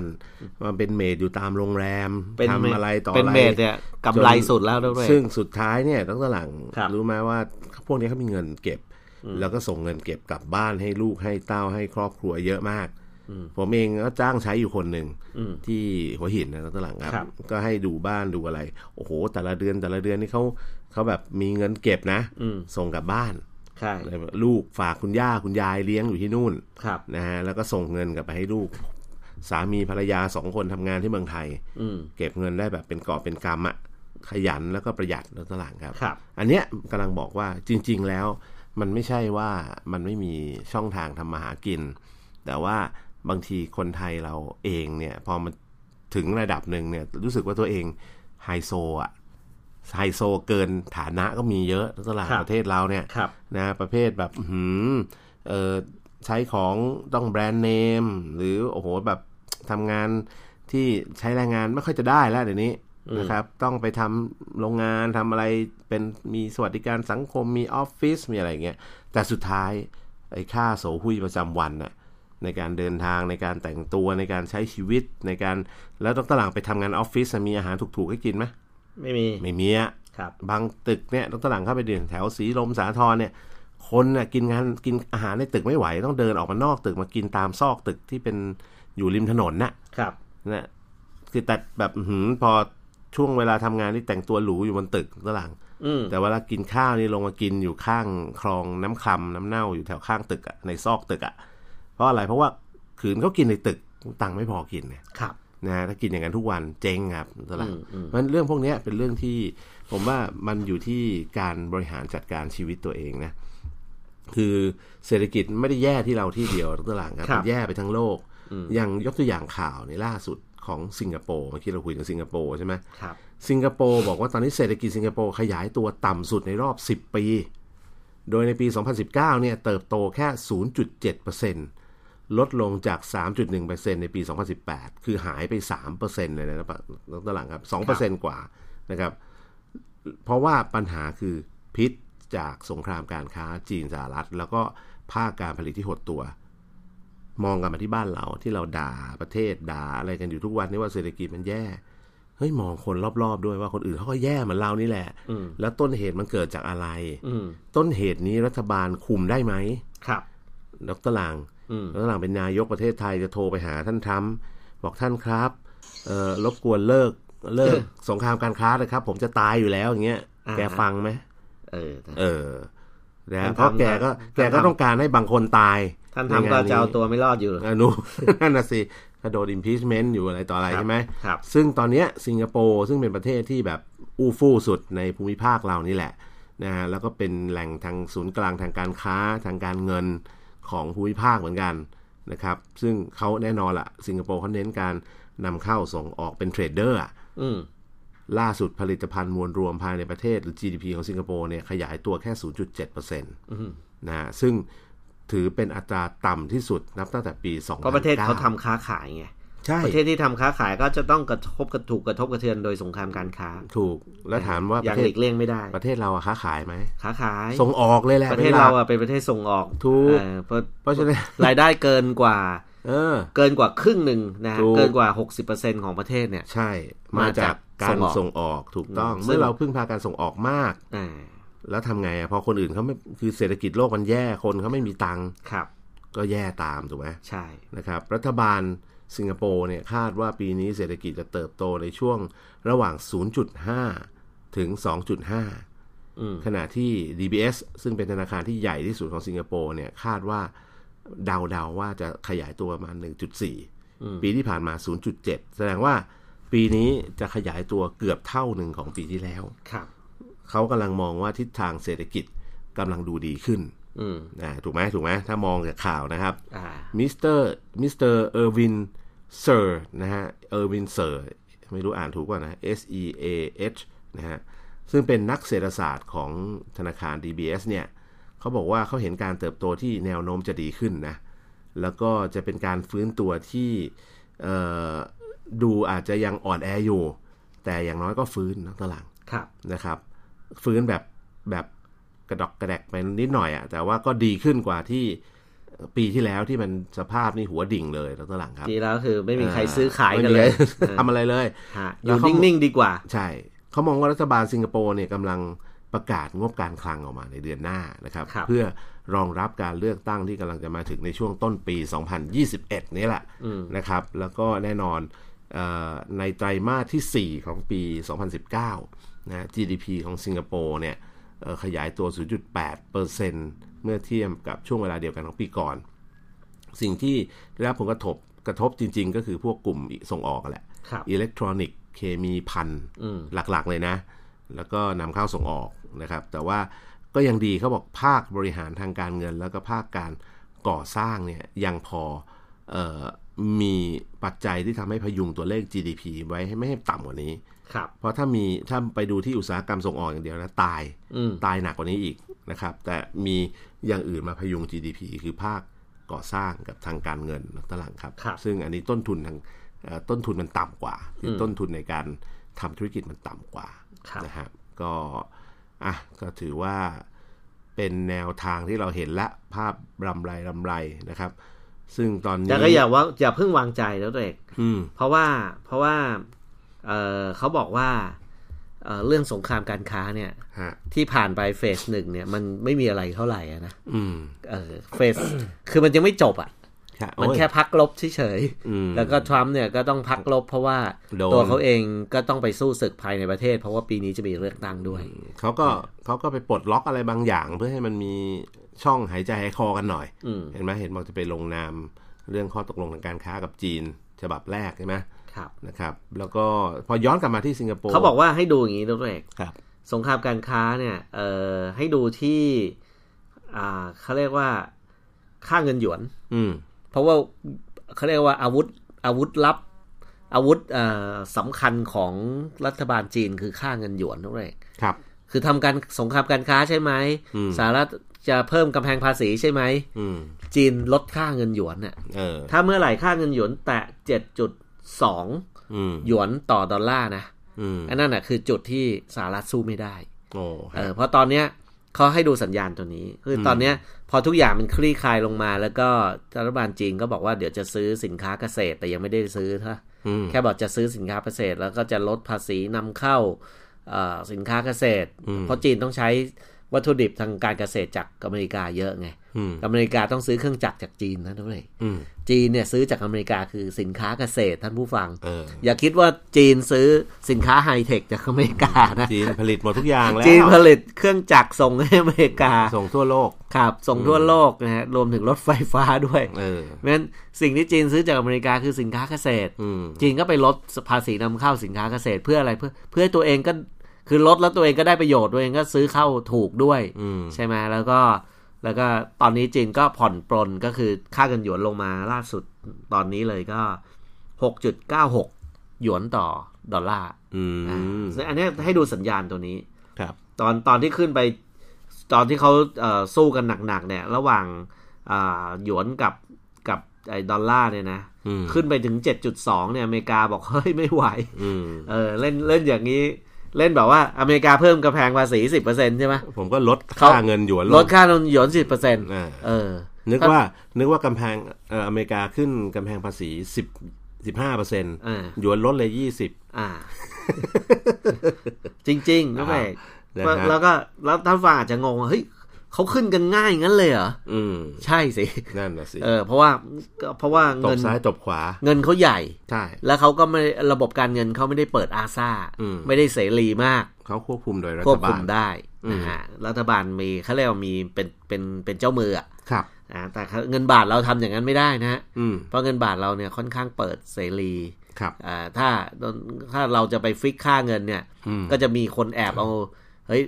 [SPEAKER 1] มาเป็นเมดอยู่ตามโรงแรม
[SPEAKER 2] เป็น
[SPEAKER 1] ทำอะไรต่อ
[SPEAKER 2] เป็น
[SPEAKER 1] อะไร
[SPEAKER 2] เมดเนี่ยกำไรสุดแล้วด้วย
[SPEAKER 1] ซึ่งสุดท้ายเนี่ยต้องตหลัง
[SPEAKER 2] ครับ
[SPEAKER 1] รู้ไหมว่าพวกนี้เขามีเงินเก็บ แล้วก็ส่งเงินเก็บกลับบ้านให้ลูกให้เต้าให้ครอบครัวเยอะมาก ผมเองก็จ้างใช้อยู่คนหนึ่ง
[SPEAKER 2] อืม
[SPEAKER 1] ที่หัวหินนะตอนหลังครับ
[SPEAKER 2] ครับ
[SPEAKER 1] ก็ให้ดูบ้านดูอะไร โอ้โห แต่ละเดือนแต่ละเดือนนี่เขาเขาแบบมีเงินเก็บนะ
[SPEAKER 2] อืม
[SPEAKER 1] ส่งกลับบ้าน
[SPEAKER 2] ใช่
[SPEAKER 1] เลยลูกฝากคุณย่าคุณยายเลี้ยงอยู่ที่นู่น
[SPEAKER 2] ครับ
[SPEAKER 1] นะฮะแล้วก็ส่งเงินกลับไปให้ลูก สามีภรรยาสองคนทำงานที่เมืองไทย
[SPEAKER 2] อืม
[SPEAKER 1] เก็บเงินได้แบบเป็นกอบเป็นกำอะขยันแล้วก็ประหยัดแล้วตอนหลังครับ
[SPEAKER 2] ครับ
[SPEAKER 1] อันเนี้ยกำลังบอกว่าจริง ๆ แล้ว มันไม่ใช่ว่ามันไม่มีช่องทางทำมาหากิน แต่ว่าบางทีคนไทยเราเองเนี่ย พอมันถึงระดับหนึ่งเนี่ย รู้สึกว่าตัวเองไฮโซอะไฮโซเกินฐานะก็มีเยอะตลาด
[SPEAKER 2] ครับ
[SPEAKER 1] ประเทศเราเนี่ย
[SPEAKER 2] ครับ
[SPEAKER 1] นะประเภทแบบอื้อหืมเออใช้ของต้องแบรนด์เนม หรือโอ้โหแบบทำงานที่ใช้แรงงานไม่ค่อยจะได้แล้วเดี๋ยวนี้นะครับ ต้องไปทำโรงงานทำอะไรเป็นมีสวัสดิการสังคมมีออฟฟิศมีอะไรอย่างเงี้ยแต่สุดท้ายไอ้ค่าโสหุยประจำวันน่ะในการเดินทางในการแต่งตัวในการใช้ชีวิตในการแล้วต้องตลางไปทำงานออฟฟิศมีอาหารถูกๆให้กินไหม
[SPEAKER 2] ไม่มี
[SPEAKER 1] ไม่มีอะ
[SPEAKER 2] ครับ
[SPEAKER 1] บางตึกเนี่ยต้องตลางเข้าไปเดินแถวสีลมสาทรเนี่ย คนน่ะกินงานกินอาหารในตึกไม่ไหว ต้องเดินออกมานอกตึกมากินตามซอกตึกที่เป็นอยู่ริมถนนน่ะ
[SPEAKER 2] ครับ
[SPEAKER 1] นะคือแต่แบบอื้อหือพอช่วงเวลาทำงานนี่แต่งตัวหรูอยู่บนตึกตลาง
[SPEAKER 2] อืม
[SPEAKER 1] แต่เวลากินข้าวนี่ลงมากินอยู่ข้างคลองน้ำคลำน้ำเน่าอยู่แถวข้างตึกอะในซอกตึกอะเพราะอะไรเพราะว่าขืนเขากินในตึกตังค์ไม่พอกินเนี่ย
[SPEAKER 2] ครับ
[SPEAKER 1] นะฮะถ้ากินอย่างนั้นทุกวันเจ๊งครับตลาด
[SPEAKER 2] อืมอืม
[SPEAKER 1] เพราะฉะนั้นเรื่องพวกเนี้ยเป็นเรื่องที่ผมว่ามันอยู่ที่การบริหารจัดการชีวิตตัวเองนะ คือเศรษฐกิจไม่ได้แย่ที่เราที่เดียวตลาดครับ
[SPEAKER 2] ครับ
[SPEAKER 1] มันแย่ไปทั้งโลก อย่างยกตัวอย่างข่าวในล่าสุดของสิงคโปร์เมื่อกี้เราคุยถึงสิงคโปร์ใช่ไหม
[SPEAKER 2] ครับ
[SPEAKER 1] สิงคโปร์บอกว่าตอนนี้เศรษฐกิจสิงคโปร์ขยายตัวต่ำสุดในรอบ 10 ปี โดยในปี 2019 เนี่ยเติบโตแค่ 0.7%ลดลงจาก 3.1%ในปี 2018 คือหายไป 3%เลยนะครับตอนหลังครับ 2%กว่านะครับ เพราะว่าปัญหาคือพิษจากสงครามการค้าจีนสหรัฐ แล้วก็ภาคการผลิตที่หดตัว มองกลันมาที่บ้านเราที่เราด่าประเทศด่าอะไรกันอยู่ทุกวันนี่ว่าเศรษฐกิจมันแย่ เฮ้ยมองคนรอบๆด้วยว่าคนอื่นเขาก็แย่เหมือนเรานี่แหละ
[SPEAKER 2] อืม
[SPEAKER 1] แล้วต้นเหตุมันเกิดจากอะไร
[SPEAKER 2] อืม
[SPEAKER 1] ต้นเหตุนี้รัฐบาลคุมได้ไหม
[SPEAKER 2] ครับ
[SPEAKER 1] ดรหลัง
[SPEAKER 2] อืม
[SPEAKER 1] ดรหลังเป็นนายกประเทศไทยจะโทรไปหาท่านทรัมป์บอกท่านครับเอ่อรบกวนเลิกเลิ
[SPEAKER 2] <coughs>
[SPEAKER 1] ก สงครามการค้าเลยครับ ผมจะตายอยู่แล้วอย่างเงี้ย
[SPEAKER 2] า
[SPEAKER 1] แกฟังไหม
[SPEAKER 2] เออนะ
[SPEAKER 1] เออนะ
[SPEAKER 2] ท่านทำ
[SPEAKER 1] เพราะแกก็
[SPEAKER 2] ท่านทำ
[SPEAKER 1] แกก็ต้องการให้บางคนตาย
[SPEAKER 2] ท่านทำก็จะเอาตัวไม่รอดอยู่
[SPEAKER 1] อนุ <laughs> นั่นน่ะสิกระโดด impeachment อยู่อะไรต่ออะไร
[SPEAKER 2] ครับ
[SPEAKER 1] ใช่ไหม
[SPEAKER 2] ครับ
[SPEAKER 1] ซึ่งตอนเนี้ยสิงคโปร์ซึ่งเป็นประเทศที่แบบอู้ฟู่สุดในภูมิภาคเรานี่แหละนะฮะแล้วก็เป็นแหล่งทางศูนย์กลางทางการค้าทางการเงินของภูมิภาคเหมือนกันนะครับ ซึ่งเขาแน่นอนละสิงคโปร์เขาเน้นการนำเข้าส่งออกเป็นเทรดเดอร์อะ
[SPEAKER 2] อืม
[SPEAKER 1] ล่าสุดผลิตภัณฑ์มวลรวมภายในประเทศหรือ GDP ของสิงคโปร์เนี่ยขยายตัวแค่ 0.7%
[SPEAKER 2] อืม
[SPEAKER 1] นะฮะซึ่งถือเป็นอัตราต่ำที่สุดนับตั้งแต่ปี2009
[SPEAKER 2] เพราะประเทศเขาทำค้าขายไง
[SPEAKER 1] ใช่
[SPEAKER 2] ประเทศที่ทำค้าขายก็จะต้องกระทบกระถูกกระทบกระเทือนโดยสงครามการค้า
[SPEAKER 1] ถูกแล้วถามว่า
[SPEAKER 2] อ
[SPEAKER 1] ป
[SPEAKER 2] ย่าง
[SPEAKER 1] ระเทศ
[SPEAKER 2] หลีกเลี่ยงไม่ได้
[SPEAKER 1] ประเทศเราอะค้าขายไหม
[SPEAKER 2] ค้าขาย
[SPEAKER 1] ส่งออกเลยแหละ
[SPEAKER 2] ประเทศ
[SPEAKER 1] ป็นหลั
[SPEAKER 2] เรา
[SPEAKER 1] ก
[SPEAKER 2] อ่ะเป็นประเทศส่งออก
[SPEAKER 1] ถูก
[SPEAKER 2] เออเพราะ
[SPEAKER 1] เพราะฉะนั้น <laughs>
[SPEAKER 2] รายได้เกินกว่า
[SPEAKER 1] เออ
[SPEAKER 2] เกินกว่าครึ่งหนึ่งนะ
[SPEAKER 1] ถูก
[SPEAKER 2] เกินกว่า 60%ของประเทศเนี่ย
[SPEAKER 1] ใช่มาจากกา
[SPEAKER 2] ส่
[SPEAKER 1] รง
[SPEAKER 2] ออก
[SPEAKER 1] ส่งออกถูกต้อง
[SPEAKER 2] อืม
[SPEAKER 1] เมื่อเราพึ่งพาการส่งออกมาก
[SPEAKER 2] อ่า
[SPEAKER 1] แล้วทำไงอะพอคนอื่นเขาไม่คือเศรษฐกิจโลกมันแย่คนเขาไม่มีตังค์
[SPEAKER 2] ครับ
[SPEAKER 1] ก็แย่ตามถูกไหม
[SPEAKER 2] ใช่
[SPEAKER 1] นะครับ รัฐบาลสิงคโปร์เนี่ยคาดว่าปีนี้เศรษฐกิจจะเติบโตในช่วงระหว่าง 0.5 ถึง 2.5
[SPEAKER 2] อืม
[SPEAKER 1] ขณะที่ DBS ซึ่งเป็นธนาคารที่ใหญ่ที่สุดของสิงคโปร์เนี่ยคาดว่าเดาๆว่าจะขยายตัวประมาณ 1.4
[SPEAKER 2] อืม
[SPEAKER 1] ปีที่ผ่านมา 0.7 แสดงว่าปีนี้จะขยายตัวเกือบเท่าหนึ่งของปีที่แล้ว
[SPEAKER 2] ครับ
[SPEAKER 1] เขากำลังมองว่าทิศทางเศรษฐกิจ กำลังดูดีขึ้น
[SPEAKER 2] อืม
[SPEAKER 1] อ่าถูกไหมถูกไหมถ้ามองจากข่าวนะครับ
[SPEAKER 2] อ่า
[SPEAKER 1] มิสเตอร์มิสเตอร์เออร์วินเซอร์นะฮะเออร์วินเซอร์ไม่รู้อ่านถูกป่ะนะ S E A H นะฮะซึ่งเป็นนักเศรษฐศาสตร์ของธนาคาร DBS เนี่ยเขาบอกว่าเขาเห็นการเติบโตที่แนวโน้มจะดีขึ้นนะ แล้วก็จะเป็นการฟื้นตัวที่เอ่อดูอาจจะยังอ่อนแออยู่ แต่อย่างน้อยก็ฟื้นนะตอนหลัง
[SPEAKER 2] ครับ
[SPEAKER 1] นะครับฟื้นแบบแบบกระดอกกระแดกไปนิดหน่อยอะ่ะแต่ว่าก็ดีขึ้นกว่าที่ปีที่แล้วที่มันสภาพนี่หัวดิ่งเลยแล้วตหลังครับ
[SPEAKER 2] ทีแล้วคือไม่มีใครซื้อขายกัน
[SPEAKER 1] ไม่มี
[SPEAKER 2] เลย
[SPEAKER 1] ใคร ทำอะไรเลย
[SPEAKER 2] ฮะอ
[SPEAKER 1] แล้ว
[SPEAKER 2] ยู่
[SPEAKER 1] เขา
[SPEAKER 2] นิ่ง ๆ ดีกว่า
[SPEAKER 1] ใช่เขามองว่ารัฐบาลสิงคโปร์เนี่ยกำลังประกาศงบการคลังออกมาในเดือนหน้านะครับ
[SPEAKER 2] ครับ
[SPEAKER 1] เพื่อรองรับการเลือกตั้งที่กำลังจะมาถึงในช่วงต้นปี 2021 นี่แหละนะครับ แล้วก็แน่นอนเออในไตรมาสทีสี่ 4 ของปี 2019 นะ GDP ของสิงคโปร์เนี่ยเอ่อขยายตัว 0.8%เมื่อเทียบกับช่วงเวลาเดียวกันของปีก่อน สิ่งที่ได้รับผลกระทบกระทบจริง ๆ ก็คือพวกกลุ่มส่งออกแหละ
[SPEAKER 2] ครับ
[SPEAKER 1] อิเล็กทรอนิกส์เคมีพันธุ์หลักๆเลยนะ แล้วก็นำเข้าส่งออกนะครับ แต่ว่าก็ยังดีเขาบอกภาคบริหารทางการเงิน แล้วก็ภาคการก่อสร้างเนี่ยยังพอเออมีปัจจัยที่ทำให้พยุงตัวเลข GDP ไว้ให้ไม่ให้ต่ำกว่านี้
[SPEAKER 2] ครับ
[SPEAKER 1] เพราะถ้ามีถ้าไปดูที่อุตสาหกรรมส่งออกอย่างเดียวนะตาย
[SPEAKER 2] อืม
[SPEAKER 1] ตายหนักกว่านี้อีกนะครับ แต่มีอย่างอื่นมาพยุง GDP คือภาคก่อสร้างกับทางการเงินตลาดครับ
[SPEAKER 2] ครับ
[SPEAKER 1] ซึ่งอันนี้ต้นทุนทางเอ่อต้นทุนมันต่ำกว่าคือต้นทุนในการทำธุรกิจมันต่ำกว่า
[SPEAKER 2] ครับ
[SPEAKER 1] นะครับก็อ่ะก็ถือว่าเป็นแนวทางที่เราเห็นละภาพรำไรรำไรนะครับ ซึ่งตอนนี้
[SPEAKER 2] แต่ก็อย่าว่าอย่าเพิ่งวางใจแล้วตัวเอง
[SPEAKER 1] อืม
[SPEAKER 2] เพราะว่าเพราะว่าเอ่อเขาบอกว่าเอ่อเรื่องสงครามการค้าเนี่ย
[SPEAKER 1] ฮะ
[SPEAKER 2] ที่ผ่านไปเฟสหนึ่งเนี่ยมันไม่มีอะไรเท่าไหร่อะนะ
[SPEAKER 1] อืม
[SPEAKER 2] เออเฟส <coughs> คือมันยังไม่จบอ่ะ
[SPEAKER 1] ค่ะ
[SPEAKER 2] มัน
[SPEAKER 1] โอ้ย
[SPEAKER 2] แค่พักลบเฉย
[SPEAKER 1] อืม
[SPEAKER 2] ๆแล้วก็ทรัมป์เนี่ยก็ต้องพักลบ เพราะว่า
[SPEAKER 1] โดน
[SPEAKER 2] ตัวเขาเองก็ต้องไปสู้ศึกภายในประเทศ เพราะว่าปีนี้จะมีเลือกตั้งด้วย
[SPEAKER 1] เขาก็เขาก็ไปปลดล็อกอะไรบางอย่าง เพื่อให้มันมีช่องหายใจหายคอกันหน่อย
[SPEAKER 2] อืม
[SPEAKER 1] เห็นไหมเห็นบอกจะไปลงนามเรื่องข้อตกลงทางการค้ากับจีน ฉบับแรกใช่ไหม
[SPEAKER 2] ครับ
[SPEAKER 1] นะครับ แล้วก็พอย้อนกลับมาที่สิงคโปร์
[SPEAKER 2] เขาบอกว่าให้ดูอย่างนี้ด้วยเอก
[SPEAKER 1] ครับ
[SPEAKER 2] สงครามการค้าเนี่ยเอ่อให้ดูที่อ่าเขาเรียกว่าค่าเงินหยวน
[SPEAKER 1] อืม
[SPEAKER 2] เพราะว่าเขาเรียกว่าอาวุธอาวุธลับ อาวุธเอ่อสำคัญของรัฐบาลจีนคือค่าเงินหยวนนั่นเอง
[SPEAKER 1] ครับ
[SPEAKER 2] คือทำการสงครามการค้าใช่ไหม
[SPEAKER 1] อืม
[SPEAKER 2] สหรัฐจะเพิ่มกำแพงภาษีใช่ไหม
[SPEAKER 1] อืม
[SPEAKER 2] จีนลดค่าเงินหยวนน่ะ
[SPEAKER 1] เออ
[SPEAKER 2] ถ้าเมื่อไหร่ค่าเงินหยวนแตะ 7.2
[SPEAKER 1] อืม
[SPEAKER 2] หยวนต่อดอลลาร์นะ
[SPEAKER 1] อืม
[SPEAKER 2] อันนั้นน่ะคือจุดที่สหรัฐสู้ไม่ได้
[SPEAKER 1] โอ้
[SPEAKER 2] เอ
[SPEAKER 1] ฮะ
[SPEAKER 2] อเพราะตอนเนี้ยเขาให้ดูสัญญาณตัวนี้ คือตอนเนี้ยพอทุกอย่างมันคลี่คลายลงมา แล้วก็รัฐบาลจีนก็บอกว่าเดี๋ยวจะซื้อสินค้าเกษตรแต่ยังไม่ได้ซื้อนะ
[SPEAKER 1] อืม
[SPEAKER 2] แค่บอกจะซื้อสินค้าเกษตร แล้วก็จะลดภาษีนำเข้าเอ่อสินค้าเกษตร
[SPEAKER 1] อืม
[SPEAKER 2] เพราะจีนต้องใช้วัตถุดิบทางการเกษตรจากอเมริกาเยอะไง
[SPEAKER 1] อืม
[SPEAKER 2] อเมริกาต้องซื้อเครื่องจักรจากจีนนะทุกท่าน
[SPEAKER 1] อืม
[SPEAKER 2] จีนเนี่ยซื้อจากอเมริกาคือสินค้าเกษตรท่านผู้ฟัง
[SPEAKER 1] เออ
[SPEAKER 2] อย่าคิดว่าจีนซื้อสินค้าไฮเทคจากอเมริกานะ
[SPEAKER 1] จีนผลิตหมดทุกอย่างแล้ว
[SPEAKER 2] จีนผลิตเครื่องจักรส่งให้อเมริกา
[SPEAKER 1] ส่งทั่วโลก
[SPEAKER 2] ครับส่งทั่วโลกนะฮะรวมถึงรถไฟฟ้าด้วย
[SPEAKER 1] เออ
[SPEAKER 2] เพราะฉะนั้นสิ่งที่จีนซื้อจากอเมริกาคือสินค้าเกษตร
[SPEAKER 1] อืม
[SPEAKER 2] จีนก็ไปลดภาษีนำเข้าสินค้าเกษตรเพื่ออะไรเพื่อเพื่อให้ตัวเองก็คือลดแล้วตัวเองก็ได้ประโยชน์ตัวเองก็ซื้อเข้าถูกด้วย
[SPEAKER 1] อืม
[SPEAKER 2] ใช่ไหมแล้วก็แล้วก็ตอนนี้จีนก็ผ่อนปลนก็คือค่าเงินหยวนลงมาล่าสุดตอนนี้เลยก็ 6.96 หยวนต่อดอลลาร์
[SPEAKER 1] อืม
[SPEAKER 2] ซึ่งอันเนี้ยให้ดูสัญญาณตัวนี้
[SPEAKER 1] ครับ
[SPEAKER 2] ตอนตอนที่ขึ้นไปตอนที่เขาเอ่อสู้กันหนักๆเนี่ย ระหว่างอ่าหยวนกับกับไอ้ดอลลาร์เนี่ยนะ
[SPEAKER 1] อืม
[SPEAKER 2] ขึ้นไปถึง 7.2 เนี่ยอเมริกาบอก <laughs> เฮ้ย ไม่ไหว
[SPEAKER 1] อืม
[SPEAKER 2] เออเล่นเล่นอย่างนี้เล่นแบบว่าอเมริกาเพิ่มกระแพงภาษี 10%ใช่ไหม
[SPEAKER 1] ผมก็ลด
[SPEAKER 2] เขา
[SPEAKER 1] ค่าเงินหยวนง
[SPEAKER 2] ลดค่าเงินหยวนสิบเปอร์เซ็นต์
[SPEAKER 1] อ่า
[SPEAKER 2] เออ
[SPEAKER 1] นึก
[SPEAKER 2] ครับ
[SPEAKER 1] ว่านึกว่ากำแพงเอ่ออเมริกาขึ้นกำแพงภาษีสิบสิบห้าเปอร์เซ็นต์
[SPEAKER 2] อ่า
[SPEAKER 1] ยวนลดเลยยี่สิบ
[SPEAKER 2] อ่า จริง
[SPEAKER 1] <laughs>
[SPEAKER 2] ๆนะแม่
[SPEAKER 1] นะฮะ
[SPEAKER 2] แล้วก็แล้วท่านฟังอาจจะงงว่าเฮ้ยเขาขึ้นกันง่ายงั้นเลยเหรอ
[SPEAKER 1] อืม
[SPEAKER 2] ใช่สิ
[SPEAKER 1] นั่นน่ะสิ
[SPEAKER 2] เออ เพราะว่าก็เพราะว่า
[SPEAKER 1] ต
[SPEAKER 2] เงิ
[SPEAKER 1] บ
[SPEAKER 2] น
[SPEAKER 1] ซ้ายตบขวา
[SPEAKER 2] เงินเขาใหญ่
[SPEAKER 1] ใช่
[SPEAKER 2] แล้วเขาก็ไม่ระบบการเงินเขาไม่ได้เปิดอาซา
[SPEAKER 1] อืม
[SPEAKER 2] ไม่ได้เสรีมาก
[SPEAKER 1] เขาควบคุมโดยรั
[SPEAKER 2] ควบบ
[SPEAKER 1] ฐา
[SPEAKER 2] คุ
[SPEAKER 1] ล
[SPEAKER 2] มได้
[SPEAKER 1] อืม
[SPEAKER 2] นะฮะรัฐบาลมีเขาเรียกว่ามีเป็นเป็นเป็นเจ้ามืออะ
[SPEAKER 1] ครับ
[SPEAKER 2] อ่าแต่เงินบาทเราทำอย่างนั้นไม่ได้นะฮะ
[SPEAKER 1] อืม
[SPEAKER 2] เพราะเงินบาทเราเนี่ยค่อนข้างเปิดเสรี
[SPEAKER 1] ครับ
[SPEAKER 2] อ่าถ้าถ้าเราจะไปฟิกค่าเงินเนี่ย
[SPEAKER 1] อืม
[SPEAKER 2] ก็จะมีคนแอบเอาเฮ้ย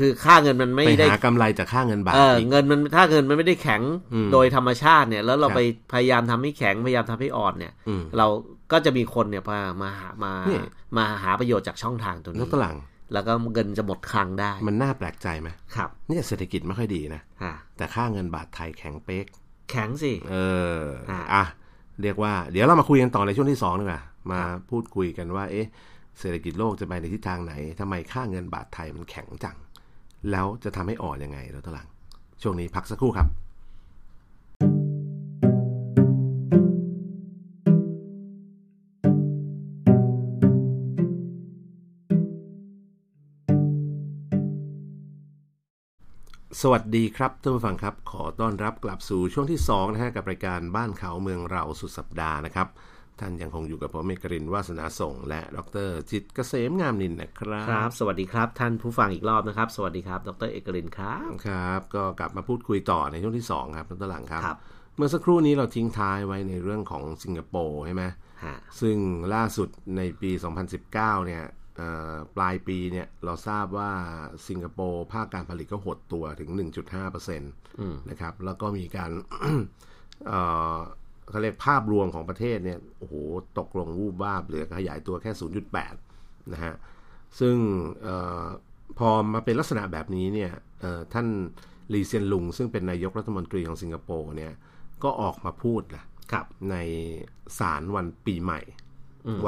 [SPEAKER 2] คือค่าเงินมันไม่
[SPEAKER 1] ไป
[SPEAKER 2] ได้
[SPEAKER 1] หากำไรจากค่าเงินบาท
[SPEAKER 2] เออ
[SPEAKER 1] อีก
[SPEAKER 2] เงินมันถ้าเงินมันไม่ได้แข็ง
[SPEAKER 1] อืม
[SPEAKER 2] โดยธรรมชาติเนี่ย แล้วเรา
[SPEAKER 1] ครับ
[SPEAKER 2] ไปพยายามทำให้แข็งพยายามทำให้อ่อนเนี่ย
[SPEAKER 1] อืม
[SPEAKER 2] เราก็จะมีคนเนี่ยมามาหามา
[SPEAKER 1] นี่
[SPEAKER 2] มาหาประโยชน์จากช่องทางตรง
[SPEAKER 1] น
[SPEAKER 2] นี้
[SPEAKER 1] กตลัง
[SPEAKER 2] แล้วก็เงินจะหมดคลังได้
[SPEAKER 1] มันน่าแปลกใจไหม
[SPEAKER 2] ครับ
[SPEAKER 1] เนี่ยเศรษฐกิจไม่ค่อยดีนะ
[SPEAKER 2] อ่ะ
[SPEAKER 1] แต่ค่าเงินบาทไทยแข็งเป๊ก
[SPEAKER 2] แข็งสิ
[SPEAKER 1] เออ
[SPEAKER 2] อ่ะ
[SPEAKER 1] อ่ะ เรียกว่า เดี๋ยวเรามาคุยกันต่อในช่วงที่สองดีกว่า มาพูดคุยกันว่า เอ๊ะ เศรษฐกิจโลกจะไปในทิศทางไหน ทำไมค่าเงินบาทไทยมันแข็งจัง แล้วจะทำให้อ่อนยังไงเราตลัง ช่วงนี้พักสักครู่ครับ สวัสดีครับท่านผู้ฟังครับ ขอต้อนรับกลับสู่ช่วงที่ 2 นะฮะ กับรายการบ้านเขาเมืองเราสุดสัปดาห์นะครับ ท่านยังคงอยู่กับผมเมกรินทร์วาสนาส่งฆ์และดรจิตรเกษมงามนินทร์นะครับ
[SPEAKER 2] ครับ สวัสดีครับท่านผู้ฟังอีกรอบนะครับ สวัสดีครับดรเอกรินทร์ครับ
[SPEAKER 1] ครับก็กลับมาพูดคุยต่อในช่วงที่ 2 ครับดรหลังครับ
[SPEAKER 2] ครับ
[SPEAKER 1] เมื่อสักครู่นี้เราทิ้งท้ายไว้ในเรื่องของสิงคโปร์ใช่ไหม
[SPEAKER 2] ฮะ
[SPEAKER 1] ซึ่งล่าสุดในปี 2019 เนี่ยเอ่อปลายปีเนี่ยเราทราบว่าสิงคโปร์ภาคการผลิตก็หดตัวถึง 1.5%นะครับแล้วก็มีการ เอ่อเขาเรียกภาพรวมของประเทศเนี่ยโอ้โหตกลงวูบวาบเหลือขยายตัวแค่ 0.8 นะฮะ ซึ่งเออพอมาเป็นลักษณะแบบนี้เนี่ยเอ่อท่านลีเซียนลุง ซึ่งเป็นนายกรัฐมนตรีของสิงคโปร์เนี่ยก็ออกมาพูดล่ะ
[SPEAKER 2] ครับ
[SPEAKER 1] ในสารวันปีใหม่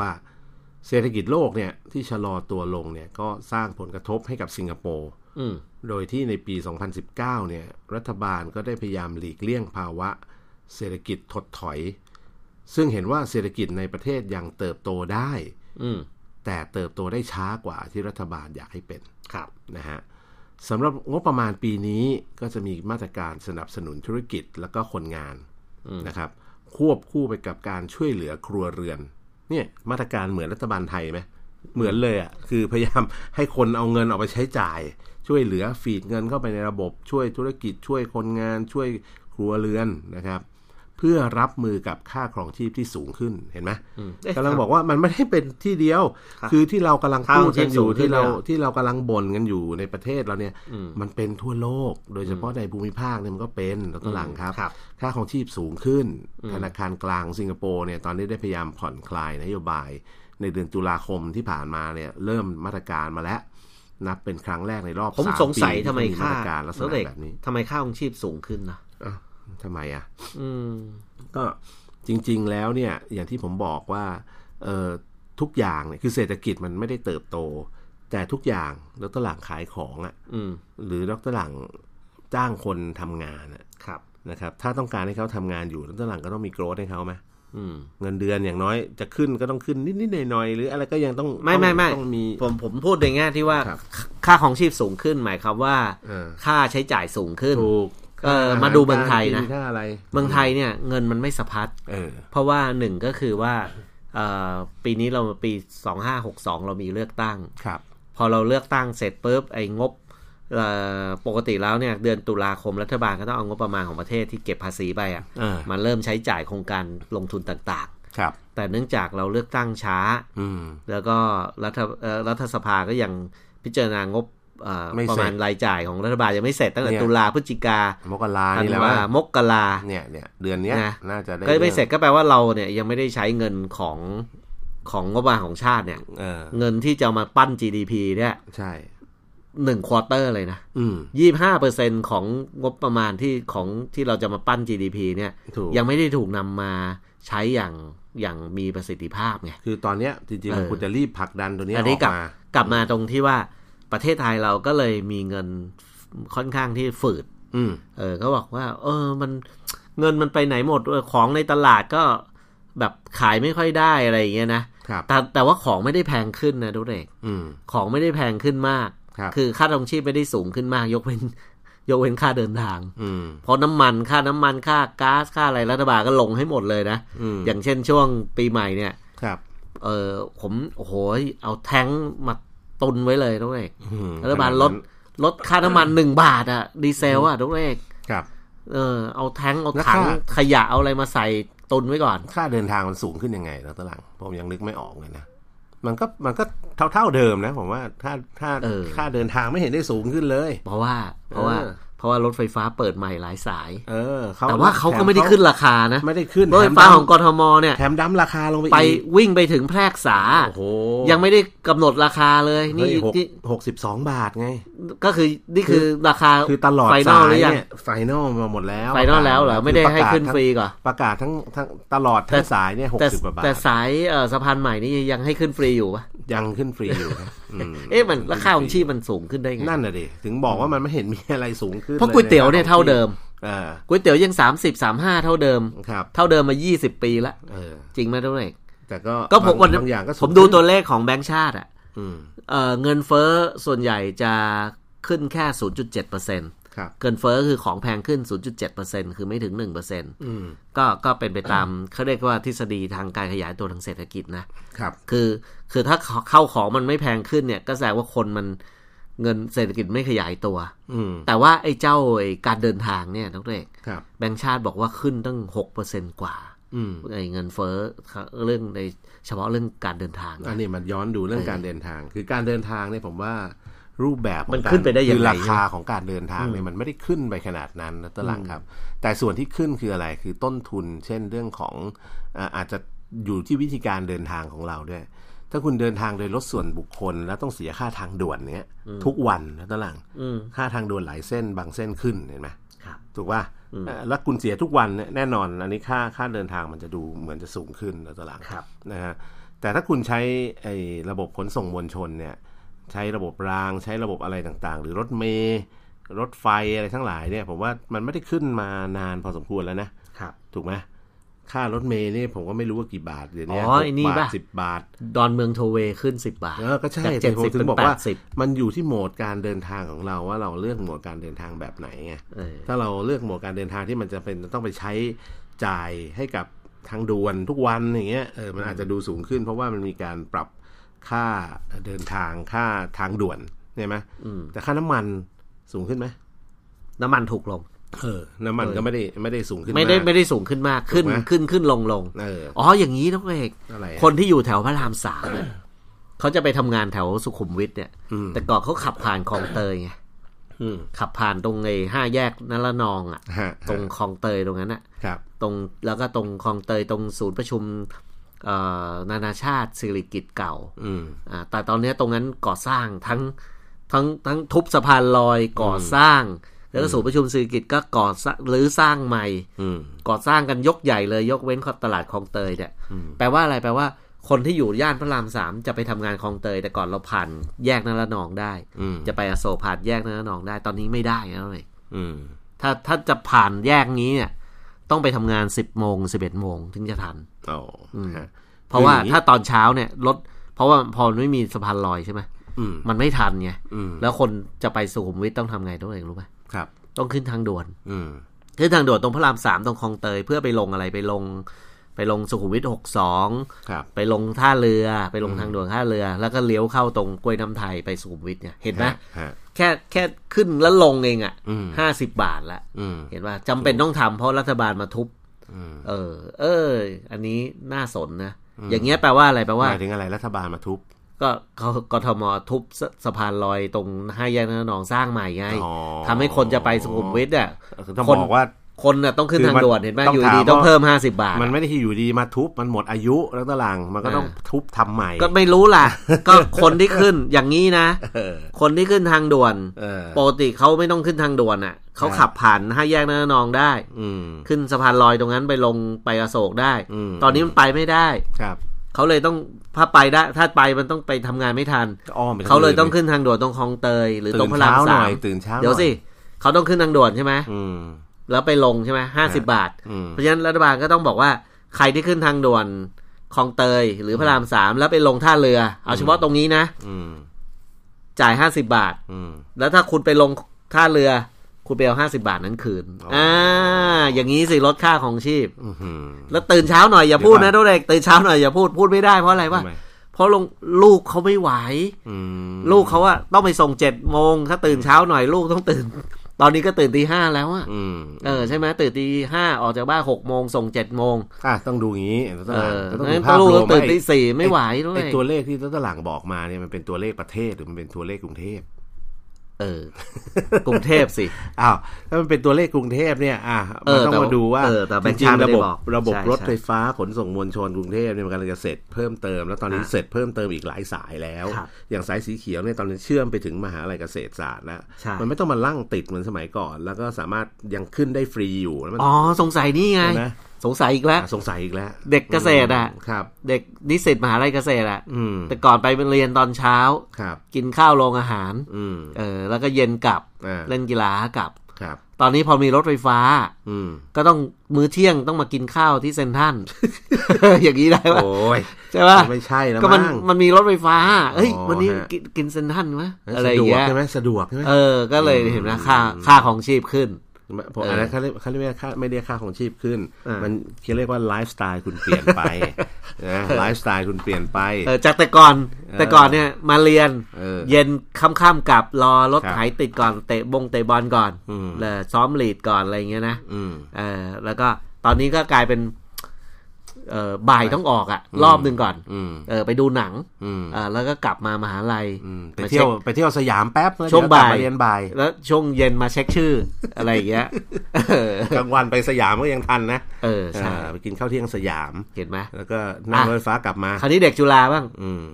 [SPEAKER 1] ว่าเศรษฐกิจโลกเนี่ยที่ชะลอตัวลงเนี่ยก็สร้างผลกระทบให้กับสิงคโปร์
[SPEAKER 2] อืม
[SPEAKER 1] โดยที่ในปี 2019 เนี่ย รัฐบาลก็ได้พยายามหลีกเลี่ยงภาวะ เศรษฐกิจถดถอย ซึ่งเห็นว่าเศรษฐกิจในประเทศยังเติบโตได้
[SPEAKER 2] อืม
[SPEAKER 1] แต่เติบโตได้ช้ากว่าที่รัฐบาลอยากให้เป็น
[SPEAKER 2] ครับ
[SPEAKER 1] นะฮะสำหรับงบประมาณปีนี้ก็จะมีมาตรการสนับสนุนธุรกิจแล้วก็คนงานนะครับ ควบคู่ไปกับการช่วยเหลือครัวเรือน เนี่ยมาตรการเหมือนรัฐบาลไทยไหมเหมือนเลยอะ่ะคือพยายามให้คนเอาเงินออกไปใช้จ่าย ช่วยเหลือฟีดเงินเข้าไปในระบบ ช่วยธุรกิจช่วยคนงาน ช่วยครัวเรือนนะครับ เพื่อรับมือกับค่าครองชีพที่สูงขึ้นเห็นไหม
[SPEAKER 2] เอ๊ะ
[SPEAKER 1] กำลังบอกว่ามันไม่ได้เป็นที่เดียว
[SPEAKER 2] ครับ
[SPEAKER 1] คือที่เรากำลัง
[SPEAKER 2] ค่าคร
[SPEAKER 1] พู
[SPEAKER 2] อ
[SPEAKER 1] ด
[SPEAKER 2] งชี
[SPEAKER 1] กั
[SPEAKER 2] พ
[SPEAKER 1] นอ
[SPEAKER 2] สู
[SPEAKER 1] ยู่
[SPEAKER 2] งขึ้น
[SPEAKER 1] ที่เรา
[SPEAKER 2] เลยเหรอ
[SPEAKER 1] ที่เรากำลังบ่นกันอยู่ในประเทศเราเนี่ย มันเป็นทั่วโลก โดยเฉพาะในภูมิภาคเนี่ยมันก็เป็นตหลังครับ
[SPEAKER 2] ครับ
[SPEAKER 1] ค่าของชีพสูงขึ้น ธนาคารกลางสิงคโปร์เนี่ยตอนนี้ได้พยายามผ่อนคลายนโยบาย ในเดือนตุลาคมที่ผ่านมาเนี่ยเริ่มมาตรการมาแล้ว นับเป็นครั้งแรกในรอบ
[SPEAKER 2] ผม
[SPEAKER 1] าม
[SPEAKER 2] สงสัย
[SPEAKER 1] ปี
[SPEAKER 2] ทำไม
[SPEAKER 1] มา
[SPEAKER 2] ค่า
[SPEAKER 1] ตรการลักษ
[SPEAKER 2] ด
[SPEAKER 1] ณะ
[SPEAKER 2] รเอก
[SPEAKER 1] แบบนี้
[SPEAKER 2] ทำไมค่าของชีพสูงขึ้นนะ
[SPEAKER 1] อ้าวทำไมอ่ะ
[SPEAKER 2] อืม
[SPEAKER 1] ก็จริงๆแล้วเนี่ยอย่างที่ผมบอกว่าเอ่อทุกอย่างเนี่ยคือเศรษฐกิจมันไม่ได้เติบโต แต่ทุกอย่างดรหลังขายของอะ่ะ
[SPEAKER 2] อืม
[SPEAKER 1] หรือดรหลังจ้างคนทำงานอะ
[SPEAKER 2] ครับ
[SPEAKER 1] นะครับถ้าต้องการให้เขาทำงานอยู่ดรหลังก็ต้องมีโกรธให้เขาไหม
[SPEAKER 2] อืม
[SPEAKER 1] เงินเดือนอย่างน้อยจะขึ้นก็ต้องขึ้นนิดๆหน่อยๆหรืออะไรก็ยังต้อง
[SPEAKER 2] ไม่ไม่ไม่
[SPEAKER 1] ต้องมี
[SPEAKER 2] ผมผมพูดในแง่ที่ว่า
[SPEAKER 1] ครับ
[SPEAKER 2] ค่าของชีพสูงขึ้นหมายความว่า
[SPEAKER 1] เออ
[SPEAKER 2] ค่าใช้จ่ายสูงขึ้น
[SPEAKER 1] ถูก
[SPEAKER 2] เอ่อมาดูเมืองไทยนะ
[SPEAKER 1] ค่าอะไร
[SPEAKER 2] เมืองไทยเนี่ยเงินมันไม่สะพัด
[SPEAKER 1] เออ
[SPEAKER 2] เพราะว่าหนึ่งก็คือว่าเอ่อปีนี้เราปี 2562 เรามีเลือกตั้ง
[SPEAKER 1] ครับ
[SPEAKER 2] พอเราเลือกตั้งเสร็จปุ๊บไอ้งบเอ่อปกติแล้วเนี่ยเดือนตุลาคมรัฐบาลก็ต้องเอางบประมาณของประเทศที่เก็บภาษีไปอ่ะ
[SPEAKER 1] เออ
[SPEAKER 2] มาเริ่มใช้จ่ายโครงการลงทุนต่าง
[SPEAKER 1] ครับ
[SPEAKER 2] ๆ แต่เนื่องจากเราเลือกตั้งช้า
[SPEAKER 1] อืม
[SPEAKER 2] แล้วก็รัฐเอ่อรัฐสภาก็ยังพิจารณางบเอ่อ
[SPEAKER 1] ไม่
[SPEAKER 2] ป
[SPEAKER 1] เสร็จ
[SPEAKER 2] ระมาณรายจ่ายของรัฐบาลยังไม่เสร็จตั้งแต่
[SPEAKER 1] เนี่ย
[SPEAKER 2] ตุลาพฤศจิกาม
[SPEAKER 1] กรา
[SPEAKER 2] ธัน
[SPEAKER 1] นี่แหละ
[SPEAKER 2] วา
[SPEAKER 1] ว่า
[SPEAKER 2] มกรา
[SPEAKER 1] เนี่ยเนี่ยเดือนเนี้ย
[SPEAKER 2] นะ
[SPEAKER 1] น่าจะได้
[SPEAKER 2] ก็ไม่เสร็จก็แปลว่าเราเนี่ยยังไม่ได้ใช้เงินของของงบประมาณของชาติเนี่ย
[SPEAKER 1] เออ
[SPEAKER 2] เงินที่จะเอามาปั้น GDP เนี่ย
[SPEAKER 1] ใช่
[SPEAKER 2] หนึ่งควอเตอร์เลยนะ
[SPEAKER 1] อืม
[SPEAKER 2] ยี่ห้าเปอร์เซ็นของงบประมาณที่ของที่เราจะมาปั้น GDP เนี่ย
[SPEAKER 1] ถูก
[SPEAKER 2] ยังไม่ได้ถูกนำมาใช้อย่างอย่างมีประสิทธิภาพไง
[SPEAKER 1] คือตอนเนี้ยจริงๆ
[SPEAKER 2] เออ
[SPEAKER 1] มันควรจะรีบผลักดันตัวเนี้ยอ
[SPEAKER 2] อั
[SPEAKER 1] อน
[SPEAKER 2] นี้
[SPEAKER 1] ก
[SPEAKER 2] กลับ
[SPEAKER 1] มาก
[SPEAKER 2] ลับมาตรงที่ว่าประเทศไทยเราก็เลยมีเงินค่อนข้างที่ฝืด
[SPEAKER 1] อืม
[SPEAKER 2] เออเขาบอกว่า เออมันเงินมันไปไหนหมดเออของในตลาดก็แบบขายไม่ค่อยได้อะไรอย่างเงี้ยนะครับ แต่แต่ว่าของไม่ได้แพงขึ้นนะทุกเด็ก
[SPEAKER 1] อืม
[SPEAKER 2] ของไม่ได้แพงขึ้นมาก
[SPEAKER 1] ครับ
[SPEAKER 2] คือค่าทองชีพไม่ได้สูงขึ้นมาก ยกเว้น ยกเว้นค่าเดินทาง
[SPEAKER 1] อืม
[SPEAKER 2] เพราะน้ำมันค่าน้ำมันค่าก๊าซค่าอะไรรัฐบาลก็ลงให้หมดเลยนะ
[SPEAKER 1] อืม
[SPEAKER 2] อย่างเช่นช่วงปีใหม่เนี่ย
[SPEAKER 1] ครับ
[SPEAKER 2] เออผมโอ้โหเอาแท้งมาตุนไว้เลยทุกเอก
[SPEAKER 1] อืม
[SPEAKER 2] รัฐบาลลด
[SPEAKER 1] ขนนั้น
[SPEAKER 2] ลดค่าน้ำมันหนึ่งบาทอะดีเซลอะทุกเอก
[SPEAKER 1] ครับ
[SPEAKER 2] เออเอาแท้งเอา
[SPEAKER 1] แล้ว
[SPEAKER 2] ถัง
[SPEAKER 1] ค่า
[SPEAKER 2] ขยะเอาอะไรมาใส่ตุนไว้ก่อน
[SPEAKER 1] ค่าเดินทางมันสูงขึ้นยังไงแล้วตะหลังผมยังนึกไม่ออกเลยนะ มันก็มันก็เท่าเท่าๆเดิมนะผมว่าถ้าถ้า
[SPEAKER 2] เออ
[SPEAKER 1] ค่าเดินทางไม่เห็นได้สูงขึ้นเลย
[SPEAKER 2] เพราะว่า เพราะว่า
[SPEAKER 1] เออ
[SPEAKER 2] เพราะว่ารถไฟฟ้าเปิดใหม่หลายสาย
[SPEAKER 1] เออ
[SPEAKER 2] แต่ว่าเขาก็ไม่ได้ขึ้นราคานะ
[SPEAKER 1] ไม่ได้ขึ้น
[SPEAKER 2] รถไฟฟ้าของกทมเนี่ย
[SPEAKER 1] แถมดั้มราคาลงไปอีก
[SPEAKER 2] ไปวิ่งไปถึงแพรกษา
[SPEAKER 1] โอ้โห
[SPEAKER 2] ยังไม่ได้กำหนดราคาเลย
[SPEAKER 1] นี่
[SPEAKER 2] นี่ที่
[SPEAKER 1] หกสิบสองบาทไง
[SPEAKER 2] ก็คือนี่คือราคา
[SPEAKER 1] คือตลอด
[SPEAKER 2] ไฟน
[SPEAKER 1] สา
[SPEAKER 2] อ
[SPEAKER 1] ย
[SPEAKER 2] ลหรือยัง
[SPEAKER 1] เนี่ยไฟนอลมาหมดแล้ว
[SPEAKER 2] ไฟนอลแล้วเหรอไม่ได้ให้ขึ้นฟรีก่อน
[SPEAKER 1] ประกาศทั้งทั้งตลอดทั้งสายเนี่ยหก
[SPEAKER 2] แต่
[SPEAKER 1] สิบกว่าบาท
[SPEAKER 2] แต่สายเอ่อสะพานใหม่นี่ยังให้ขึ้นฟรีอยู่ปะ
[SPEAKER 1] ยังขึ้นฟรีอยู่
[SPEAKER 2] <laughs>
[SPEAKER 1] นะอืม
[SPEAKER 2] เอ๊ะมันราคาของชีพมันสูงขึ้นได้ไง
[SPEAKER 1] นั่นน่ะดิถึงบอกว่ามันไม่เห็นมีอะไรสูงขึ้น
[SPEAKER 2] เพราะก๋วยเตี๋ยวเนี่ยเท่าเดิม
[SPEAKER 1] เออ
[SPEAKER 2] ก๋วยเตี๋ยวยังสามสิบสามห้าเท่าเดิม
[SPEAKER 1] ครับ
[SPEAKER 2] เท่าเดิมมายี่สิบปีละ
[SPEAKER 1] เออ
[SPEAKER 2] จริงไหมทุกเอก
[SPEAKER 1] แต่ก็
[SPEAKER 2] ก็ผมวัน
[SPEAKER 1] บางอย่างก็สูง
[SPEAKER 2] ผมดู
[SPEAKER 1] ขึ้น
[SPEAKER 2] ตัวเลขของแบงก์ชาติอ่ะ
[SPEAKER 1] อืม
[SPEAKER 2] เอ่อเงินเฟ้อส่วนใหญ่จะขึ้นแค่ 0.7%เ
[SPEAKER 1] ครับ
[SPEAKER 2] กินเฟ้อคือของแพงขึ้น 0.7%คือไม่ถึง 1%
[SPEAKER 1] อืม
[SPEAKER 2] ก็ก็เป็นไปตาม <coughs> เขาเรียกว่าทฤษฎีทางการขยายตัวทางเศรษฐกิจนะ
[SPEAKER 1] ครับ
[SPEAKER 2] คือคือถ้าเข้าของมันไม่แพงขึ้นเนี่ยก็แสดงว่าคนมันเงินเศรษฐกิจไม่ขยายตัว
[SPEAKER 1] อืม
[SPEAKER 2] แต่ว่าไอ้เจ้าไอ้การเดินทางเนี่ยนักเอก
[SPEAKER 1] ครับ
[SPEAKER 2] แบงค์ชาติบอกว่าขึ้นตั้งหกเปอร์เซนกว่า
[SPEAKER 1] อืม
[SPEAKER 2] ไอ้เงินเฟ้อเรื่องในเฉพาะเรื่องการเดินทาง
[SPEAKER 1] อัน
[SPEAKER 2] นะ
[SPEAKER 1] นี้มันย้อนดูเรื่องการเดินทาง คือการเดินทางเนี่ยผมว่ารูปแบบของ
[SPEAKER 2] มัน
[SPEAKER 1] การ
[SPEAKER 2] ขึ้นไปได้ยังไง
[SPEAKER 1] คือราคาของการเดินทางเนี่ยมันไม่ได้ขึ้นไปขนาดนั้นนะตวหลังครับ แต่ส่วนที่ขึ้นคืออะไรคือต้นทุน เช่นเรื่องของอ่าอาจจะอยู่ที่วิธีการเดินทางของเราด้วย ถ้าคุณเดินทางโดยรถส่วนบุคคล แล้วต้องเสียค่าทางด่วนเนี้ยทุกวันนะตวหลัง
[SPEAKER 2] อืม
[SPEAKER 1] ค่าทางด่วนหลายเส้นบางเส้นขึ้นเห็นไหม
[SPEAKER 2] ครับ
[SPEAKER 1] ถูกป่ะเอ่อแล้วคุณเสียทุกวันเนี่ยแน่นอน อันนี้ค่าค่าเดินทางมันจะดูเหมือนจะสูงขึ้นในตลาด
[SPEAKER 2] ครับ
[SPEAKER 1] นะฮะแต่ถ้าคุณใช้ไอ้ระบบขนส่งมวลชนเนี่ยใช้ระบบรางใช้ระบบอะไรต่างๆ หรือรถเมล์รถไฟอะไรทั้งหลายเนี่ยผมว่ามันไม่ได้ขึ้นมานานพอสมควรแล้วนะ
[SPEAKER 2] ครับ
[SPEAKER 1] ถูกไหมค่ารถเมล์นี่ผมก็ไม่รู้ว่ากี่บาทเดี๋ยวนี้
[SPEAKER 2] อ๋
[SPEAKER 1] ห
[SPEAKER 2] อก ไอ้นี่
[SPEAKER 1] บา
[SPEAKER 2] ป่ะ
[SPEAKER 1] ทสิบบาท
[SPEAKER 2] ดอนเมืองโทเวขึ้นสิบบาท
[SPEAKER 1] เออก็ใช่
[SPEAKER 2] จาก
[SPEAKER 1] แต่ผม
[SPEAKER 2] 70
[SPEAKER 1] ถึงบอก
[SPEAKER 2] เป็น
[SPEAKER 1] ว่า
[SPEAKER 2] 80
[SPEAKER 1] มันอยู่ที่โหมดการเดินทางของเราว่าเราเลือกโหมดการเดินทางแบบไหนไง
[SPEAKER 2] เออ
[SPEAKER 1] ถ้าเราเลือกโหมดการเดินทางที่มันจะเป็นต้องไปใช้จ่ายให้กับทางด่วนทุกวันอย่างเงี้ยเออมันอาจจะดูสูงขึ้น เพราะว่ามันมีการปรับค่าเดินทางค่าทางด่วนใช่ไหม
[SPEAKER 2] อืม
[SPEAKER 1] แต่ค่าน้ำมันสูงขึ้นไหม
[SPEAKER 2] น้ำมันถูกลง
[SPEAKER 1] เออน้ำมัน
[SPEAKER 2] เออ
[SPEAKER 1] ก็ไม่ได้ไม่ได้สูงขึ้น
[SPEAKER 2] ไม่ได้
[SPEAKER 1] าก
[SPEAKER 2] ไม่ได้สูงขึ้นมากขึ้น
[SPEAKER 1] ถูกไหม
[SPEAKER 2] ขึ้นขึ้นลงลง
[SPEAKER 1] เออ
[SPEAKER 2] อ๋ออย่างนี้นักเอก
[SPEAKER 1] อะไรอะ
[SPEAKER 2] คนที่อยู่แถวพระรามสามอะเขาจะไปทำงานแถวสุขุมวิทเนี่ย
[SPEAKER 1] อืม
[SPEAKER 2] แต่ก่อนเขาขับผ่านคลองเตยไง
[SPEAKER 1] อืม
[SPEAKER 2] ขับผ่านตรงไอ้ห้าแยกนละนองอะ
[SPEAKER 1] ฮะ
[SPEAKER 2] ตรงคลองเตยตรงนั้นอะ
[SPEAKER 1] ครับ
[SPEAKER 2] ตรงแล้วก็ตรงคลองเตยตรงศูนย์ประชุมเอ่อนานาชาติสิริกิตเก่า
[SPEAKER 1] อืม
[SPEAKER 2] อ่าแต่ตอนเนี้ยตรงนั้นก่อสร้างทั้งทั้งทั้งทุบสะพานลอยก่อสร้าง แล้วก็ศูนย์ประชุมสิริกิตก็ก่อสร้างหรือสร้างใหม่
[SPEAKER 1] อืม
[SPEAKER 2] ก่อสร้างกันยกใหญ่เลยยกเว้นตลาดคลองเตยเนี่ยแปลว่าอะไรแปลว่าคนที่อยู่ย่านพระรามสามจะไปทำงานคลองเตย แต่ก่อนเราผ่านแยกนรนองได้
[SPEAKER 1] อืม
[SPEAKER 2] จะไปอโศกผ่านแยกนรนองได้ตอนนี้ไม่ได้แล้วเลย
[SPEAKER 1] อืม
[SPEAKER 2] ถ้าถ้าจะผ่านแยกนี้เนี่ยต้องไปทำงานสิบโมงสิบเอ็ดโมงถึงจะทัน
[SPEAKER 1] อ๋ออ
[SPEAKER 2] ม
[SPEAKER 1] ฮะ
[SPEAKER 2] เพราะว่า
[SPEAKER 1] คืออย่างนี้
[SPEAKER 2] ถ้าตอนเช้าเนี่ยรถเพราะว่าพอมันไม่มีสะพานลอยใช่ไหม
[SPEAKER 1] อืม
[SPEAKER 2] มันไม่ทันไง
[SPEAKER 1] อืม
[SPEAKER 2] แล้วคนจะไปสุขุมวิทต้องทำไงตัวเองรู้ไหม
[SPEAKER 1] ครับ
[SPEAKER 2] ต้องขึ้นทางด่วน
[SPEAKER 1] อืม
[SPEAKER 2] ขึ้นทางด่วนตรงพระรามสามตรงคลองเตยเพื่อไปลงอะไรไปลง ไปลงสุขุมวิทหกสอง
[SPEAKER 1] ครับ
[SPEAKER 2] ไปลงท่าเรือ ไปลงทางด่วนท่าเรือ แล้วก็เลี้ยวเข้าตรงกล้วยน้ำไทยไปสุขุมวิทเนี่ยเห็นไหม
[SPEAKER 1] ฮะฮะ
[SPEAKER 2] แค่แค่ขึ้นแล้วลงเองอ่ะ
[SPEAKER 1] อืม
[SPEAKER 2] ห้าสิบบาทละ
[SPEAKER 1] อืม
[SPEAKER 2] เห็นว่าจำเป็นต้องทำเพราะรัฐบาลมาทุบ
[SPEAKER 1] อืม
[SPEAKER 2] เออ เออ อันนี้น่าสนนะ อย่างเงี้ยแปลว่าอะไรแปลว่า
[SPEAKER 1] หมายถึงอะไรรัฐบาลมาทุบ
[SPEAKER 2] ก็เขากทมทุบสสะพานลอยตรงห้าแยกนรนองสร้างใหม่ไง
[SPEAKER 1] อ๋อ
[SPEAKER 2] ทำให้คนจะไปสุขุมวิทอ่ะ
[SPEAKER 1] ต้อง
[SPEAKER 2] คน
[SPEAKER 1] บอกว่า
[SPEAKER 2] คนน่ะต้องขึ้น
[SPEAKER 1] คือ
[SPEAKER 2] ทาง
[SPEAKER 1] มัน
[SPEAKER 2] ด่วนเห็นไหม
[SPEAKER 1] ต้อง
[SPEAKER 2] อยู่ดี
[SPEAKER 1] ถาม
[SPEAKER 2] ๆต้อง
[SPEAKER 1] ว่า
[SPEAKER 2] เพิ่มห้าสิบบาท
[SPEAKER 1] มัน
[SPEAKER 2] อะ
[SPEAKER 1] ไม่ได้ที่อยู่ดีมาทุบ มันหมดอายุแล้วตาราง มันก็ต้อง
[SPEAKER 2] อ่า
[SPEAKER 1] ทุบทำใหม่
[SPEAKER 2] ก็ไม่รู้ล่ะ ก็คนที่ขึ้นอย่างนี้นะ
[SPEAKER 1] เออ
[SPEAKER 2] คนที่ขึ้นทางด่วน
[SPEAKER 1] เออ
[SPEAKER 2] ปกติเขาไม่ต้องขึ้นทางด่วนอ่ะเขาขับผ่านห้าแยกนรนองได้
[SPEAKER 1] อืม
[SPEAKER 2] ขึ้นสะพานลอยตรงนั้นไปลงไปอโศกได้
[SPEAKER 1] อืม
[SPEAKER 2] ตอนนี้มันไปไม่ได้
[SPEAKER 1] ครับ
[SPEAKER 2] เขาเลยต้องถ้าไปได้ถ้าไปมันต้องไปทำงานไม่ทัน
[SPEAKER 1] ก็อ้อมไปท
[SPEAKER 2] เขาเลยต้องขึ้นทางด่วนตรงคลองเตย หรือตร
[SPEAKER 1] ตื่
[SPEAKER 2] ง
[SPEAKER 1] น
[SPEAKER 2] พระราม
[SPEAKER 1] เช้าห
[SPEAKER 2] สา
[SPEAKER 1] น่อ
[SPEAKER 2] ม
[SPEAKER 1] ย ตื่นเช้าหน่อ
[SPEAKER 2] เดี๋ยวสิเขาต้องขึ้นทางด่วนใช่ไหม
[SPEAKER 1] อืม
[SPEAKER 2] แล้วไปลงใช่ไหมห้าสิบบาท
[SPEAKER 1] อืม
[SPEAKER 2] เพราะฉะนั้นรัฐบาลก็ต้องบอกว่าใครที่ขึ้นทางด่วนคลองเตย หรือพระรามสามแล้วไปลงท่าเรือ เอาเฉพาะตรงนี้นะ
[SPEAKER 1] อืม
[SPEAKER 2] จ่ายห้าสิบาท
[SPEAKER 1] อืม
[SPEAKER 2] แล้วถ้าคุณไปลงท่าเรือ คุณไปเอาห้าสิบาทนั้นคืน
[SPEAKER 1] อ๋ออ่
[SPEAKER 2] อ่าอย่างนี้สิลดค่าของชีพ
[SPEAKER 1] อื้อหือ
[SPEAKER 2] แล้วตื่นเช้าหน่อยอย่าพูด
[SPEAKER 1] เดี๋ย
[SPEAKER 2] นะ
[SPEAKER 1] วก่
[SPEAKER 2] ทุ
[SPEAKER 1] อน
[SPEAKER 2] กเด็กตื่นเช้าหน่อยอย่าพูดพูดไม่ได้เพราะอะไรวะ
[SPEAKER 1] ทำไม
[SPEAKER 2] เพราะลงลูกเขาไม่ไหว
[SPEAKER 1] อืม
[SPEAKER 2] ลูกเขาอะต้องไปส่งเจ็ดโมงถ้าตื่นเช้าหน่อยลูกต้องตื่น ตอนนี้ก็ตื่นตีห้าแล้วอะ
[SPEAKER 1] อืม
[SPEAKER 2] เออใช่ไหมตื่นตีห้าออกจากบ้านหกโมงส่งเจ็ดโมง
[SPEAKER 1] อ่ะต้องดูอย่างนี้รัตห
[SPEAKER 2] เอ
[SPEAKER 1] ลัง
[SPEAKER 2] อ
[SPEAKER 1] ก็ต้องดู
[SPEAKER 2] งั้น
[SPEAKER 1] ภาพ
[SPEAKER 2] ลูก
[SPEAKER 1] รว
[SPEAKER 2] ต้อ
[SPEAKER 1] ม
[SPEAKER 2] งตื่น
[SPEAKER 1] ว่า
[SPEAKER 2] ตี
[SPEAKER 1] ไอ้
[SPEAKER 2] สี่ไม่ไหวด้วย
[SPEAKER 1] ไอ้ตัวเลขที่รัตหลังบอกมาเนี่ยมันเป็นตัวเลขประเทศหรือมันเป็นตัวเลขกรุงเทพ
[SPEAKER 2] เออ กรุงเทพสิ
[SPEAKER 1] อ้าวถ้ามันเป็นตัวเลขกรุงเทพเนี่ยอ่ะ
[SPEAKER 2] เอ
[SPEAKER 1] มัน
[SPEAKER 2] อ
[SPEAKER 1] ต้อง
[SPEAKER 2] แต่
[SPEAKER 1] มา
[SPEAKER 2] ว่า
[SPEAKER 1] ดูว่า
[SPEAKER 2] เออแต่
[SPEAKER 1] จ
[SPEAKER 2] แบงค์
[SPEAKER 1] ริ
[SPEAKER 2] ชาง
[SPEAKER 1] ๆ
[SPEAKER 2] ติ
[SPEAKER 1] ระ
[SPEAKER 2] ไม่ได้
[SPEAKER 1] บบ
[SPEAKER 2] บอก
[SPEAKER 1] ระบบ
[SPEAKER 2] ใช่
[SPEAKER 1] รถ
[SPEAKER 2] ใช่
[SPEAKER 1] ไฟฟ้าขนส่งมวลชนกรุงเทพเนี่ยมันกำลังจะเสร็จเพิ่มเติม แล้วตอนนี้
[SPEAKER 2] อ่ะ
[SPEAKER 1] เสร็จเพิ่มเติมอีกหลายสายแล้ว
[SPEAKER 2] ครับ
[SPEAKER 1] อย่างสายสีเขียวเนี่ยตอนนี้เชื่อมไปถึงมหาลัยเกษตรศาสตร์แล้ว
[SPEAKER 2] ใช่
[SPEAKER 1] มันไม่ต้องมาลั่งติดเหมือนสมัยก่อน แล้วก็สามารถยังขึ้นได้ฟรีอยู่แล้วมัน
[SPEAKER 2] อ๋อสงสัยนี่ไง
[SPEAKER 1] เห็นไหม
[SPEAKER 2] สงสัยอีกแล้ว
[SPEAKER 1] อ่ะสงสัยอีกแล้ว
[SPEAKER 2] เด็กเกษตรอะ
[SPEAKER 1] มครับ
[SPEAKER 2] เด็กนิสิตมหาลัยเกษตรอะ
[SPEAKER 1] อืม
[SPEAKER 2] แต่ก่อนไปเรียนตอนเช้า
[SPEAKER 1] ครับ
[SPEAKER 2] กินข้าวโรงอาหาร
[SPEAKER 1] อืม
[SPEAKER 2] เออ แล้วก็เย็นกลับ
[SPEAKER 1] อ่า
[SPEAKER 2] เล่นกีฬากลับ
[SPEAKER 1] ครับ
[SPEAKER 2] ตอนนี้พอมีรถไฟฟ้า
[SPEAKER 1] อืม
[SPEAKER 2] ก็ต้องมื้อเที่ยงต้องมากินข้าวที่เซนทรัน อย่างนี้ได้ปะ
[SPEAKER 1] โอ้ย
[SPEAKER 2] ใช่ปะ
[SPEAKER 1] ไม่ใช่แล้ว
[SPEAKER 2] ก็มัน
[SPEAKER 1] ง
[SPEAKER 2] มันมีรถไฟฟ้า เฮ้ย
[SPEAKER 1] อ๋อ
[SPEAKER 2] วันนี้
[SPEAKER 1] ฮะ
[SPEAKER 2] กินกินเซนทรันไหมอะไรอ
[SPEAKER 1] สะดว
[SPEAKER 2] ย่าง
[SPEAKER 1] ก
[SPEAKER 2] เงี้ย
[SPEAKER 1] ใช่ไหมสะดวกใช่ไหม
[SPEAKER 2] เออ ก็เลยเห็นนะค่า
[SPEAKER 1] อืม
[SPEAKER 2] ค่าของชีพขึ้น
[SPEAKER 1] ผม
[SPEAKER 2] เอออั
[SPEAKER 1] อันนั้นเขาเรียกเขาเรียกว่าค่าไม่ได้ค่าของชีพขึ้น
[SPEAKER 2] อ่ามั
[SPEAKER 1] มันเขาเรียกว่าไลฟ์สไตล์คุณเปลี่ยน
[SPEAKER 2] <laughs>
[SPEAKER 1] ไปนะไลฟ์สไตล์คุณเปลี่ยนไป
[SPEAKER 2] เออจากแต่ก่อนแต่ก่อนเนี่ยมาเรียน
[SPEAKER 1] เออ
[SPEAKER 2] เย็นค่ำๆกลับรอรถ
[SPEAKER 1] ครับ
[SPEAKER 2] ไถติดก่อนเตะบงเตะบอลก่อน
[SPEAKER 1] อืม
[SPEAKER 2] แล้วซ้อมลีดก่อนอะไรอย่างเงี้ยนะ
[SPEAKER 1] อืม
[SPEAKER 2] เออแล้วก็ตอนนี้ก็กลายเป็น เออบ่ายต้องออกอะรอบหนึ่งก่อน
[SPEAKER 1] อืม
[SPEAKER 2] เออไปดูหนัง
[SPEAKER 1] อืม
[SPEAKER 2] เออแล้วก็กลับมามหาลัย
[SPEAKER 1] อืมไปเที่ยวไปเที่ยวสยามแป๊บแล้ว
[SPEAKER 2] ช่วง
[SPEAKER 1] เดี๋กลั
[SPEAKER 2] บ่าย
[SPEAKER 1] มเรียนบ่าย
[SPEAKER 2] แล้วช่วงเย็นมาเช็คชื่อ อะไรอย่างเงี้ยเออก
[SPEAKER 1] ลางวันไปสยามก็ยังทันนะ
[SPEAKER 2] เอ
[SPEAKER 1] <laughs>
[SPEAKER 2] อใช่
[SPEAKER 1] อ่าไปกินข้าวเที่ยงสยาม
[SPEAKER 2] เห็นไหม
[SPEAKER 1] แล้วก็นั่ง
[SPEAKER 2] อ่ะ
[SPEAKER 1] รถไฟฟ้ากลับมา
[SPEAKER 2] คราวนี้เด็กจุฬาบ้าง
[SPEAKER 1] อืม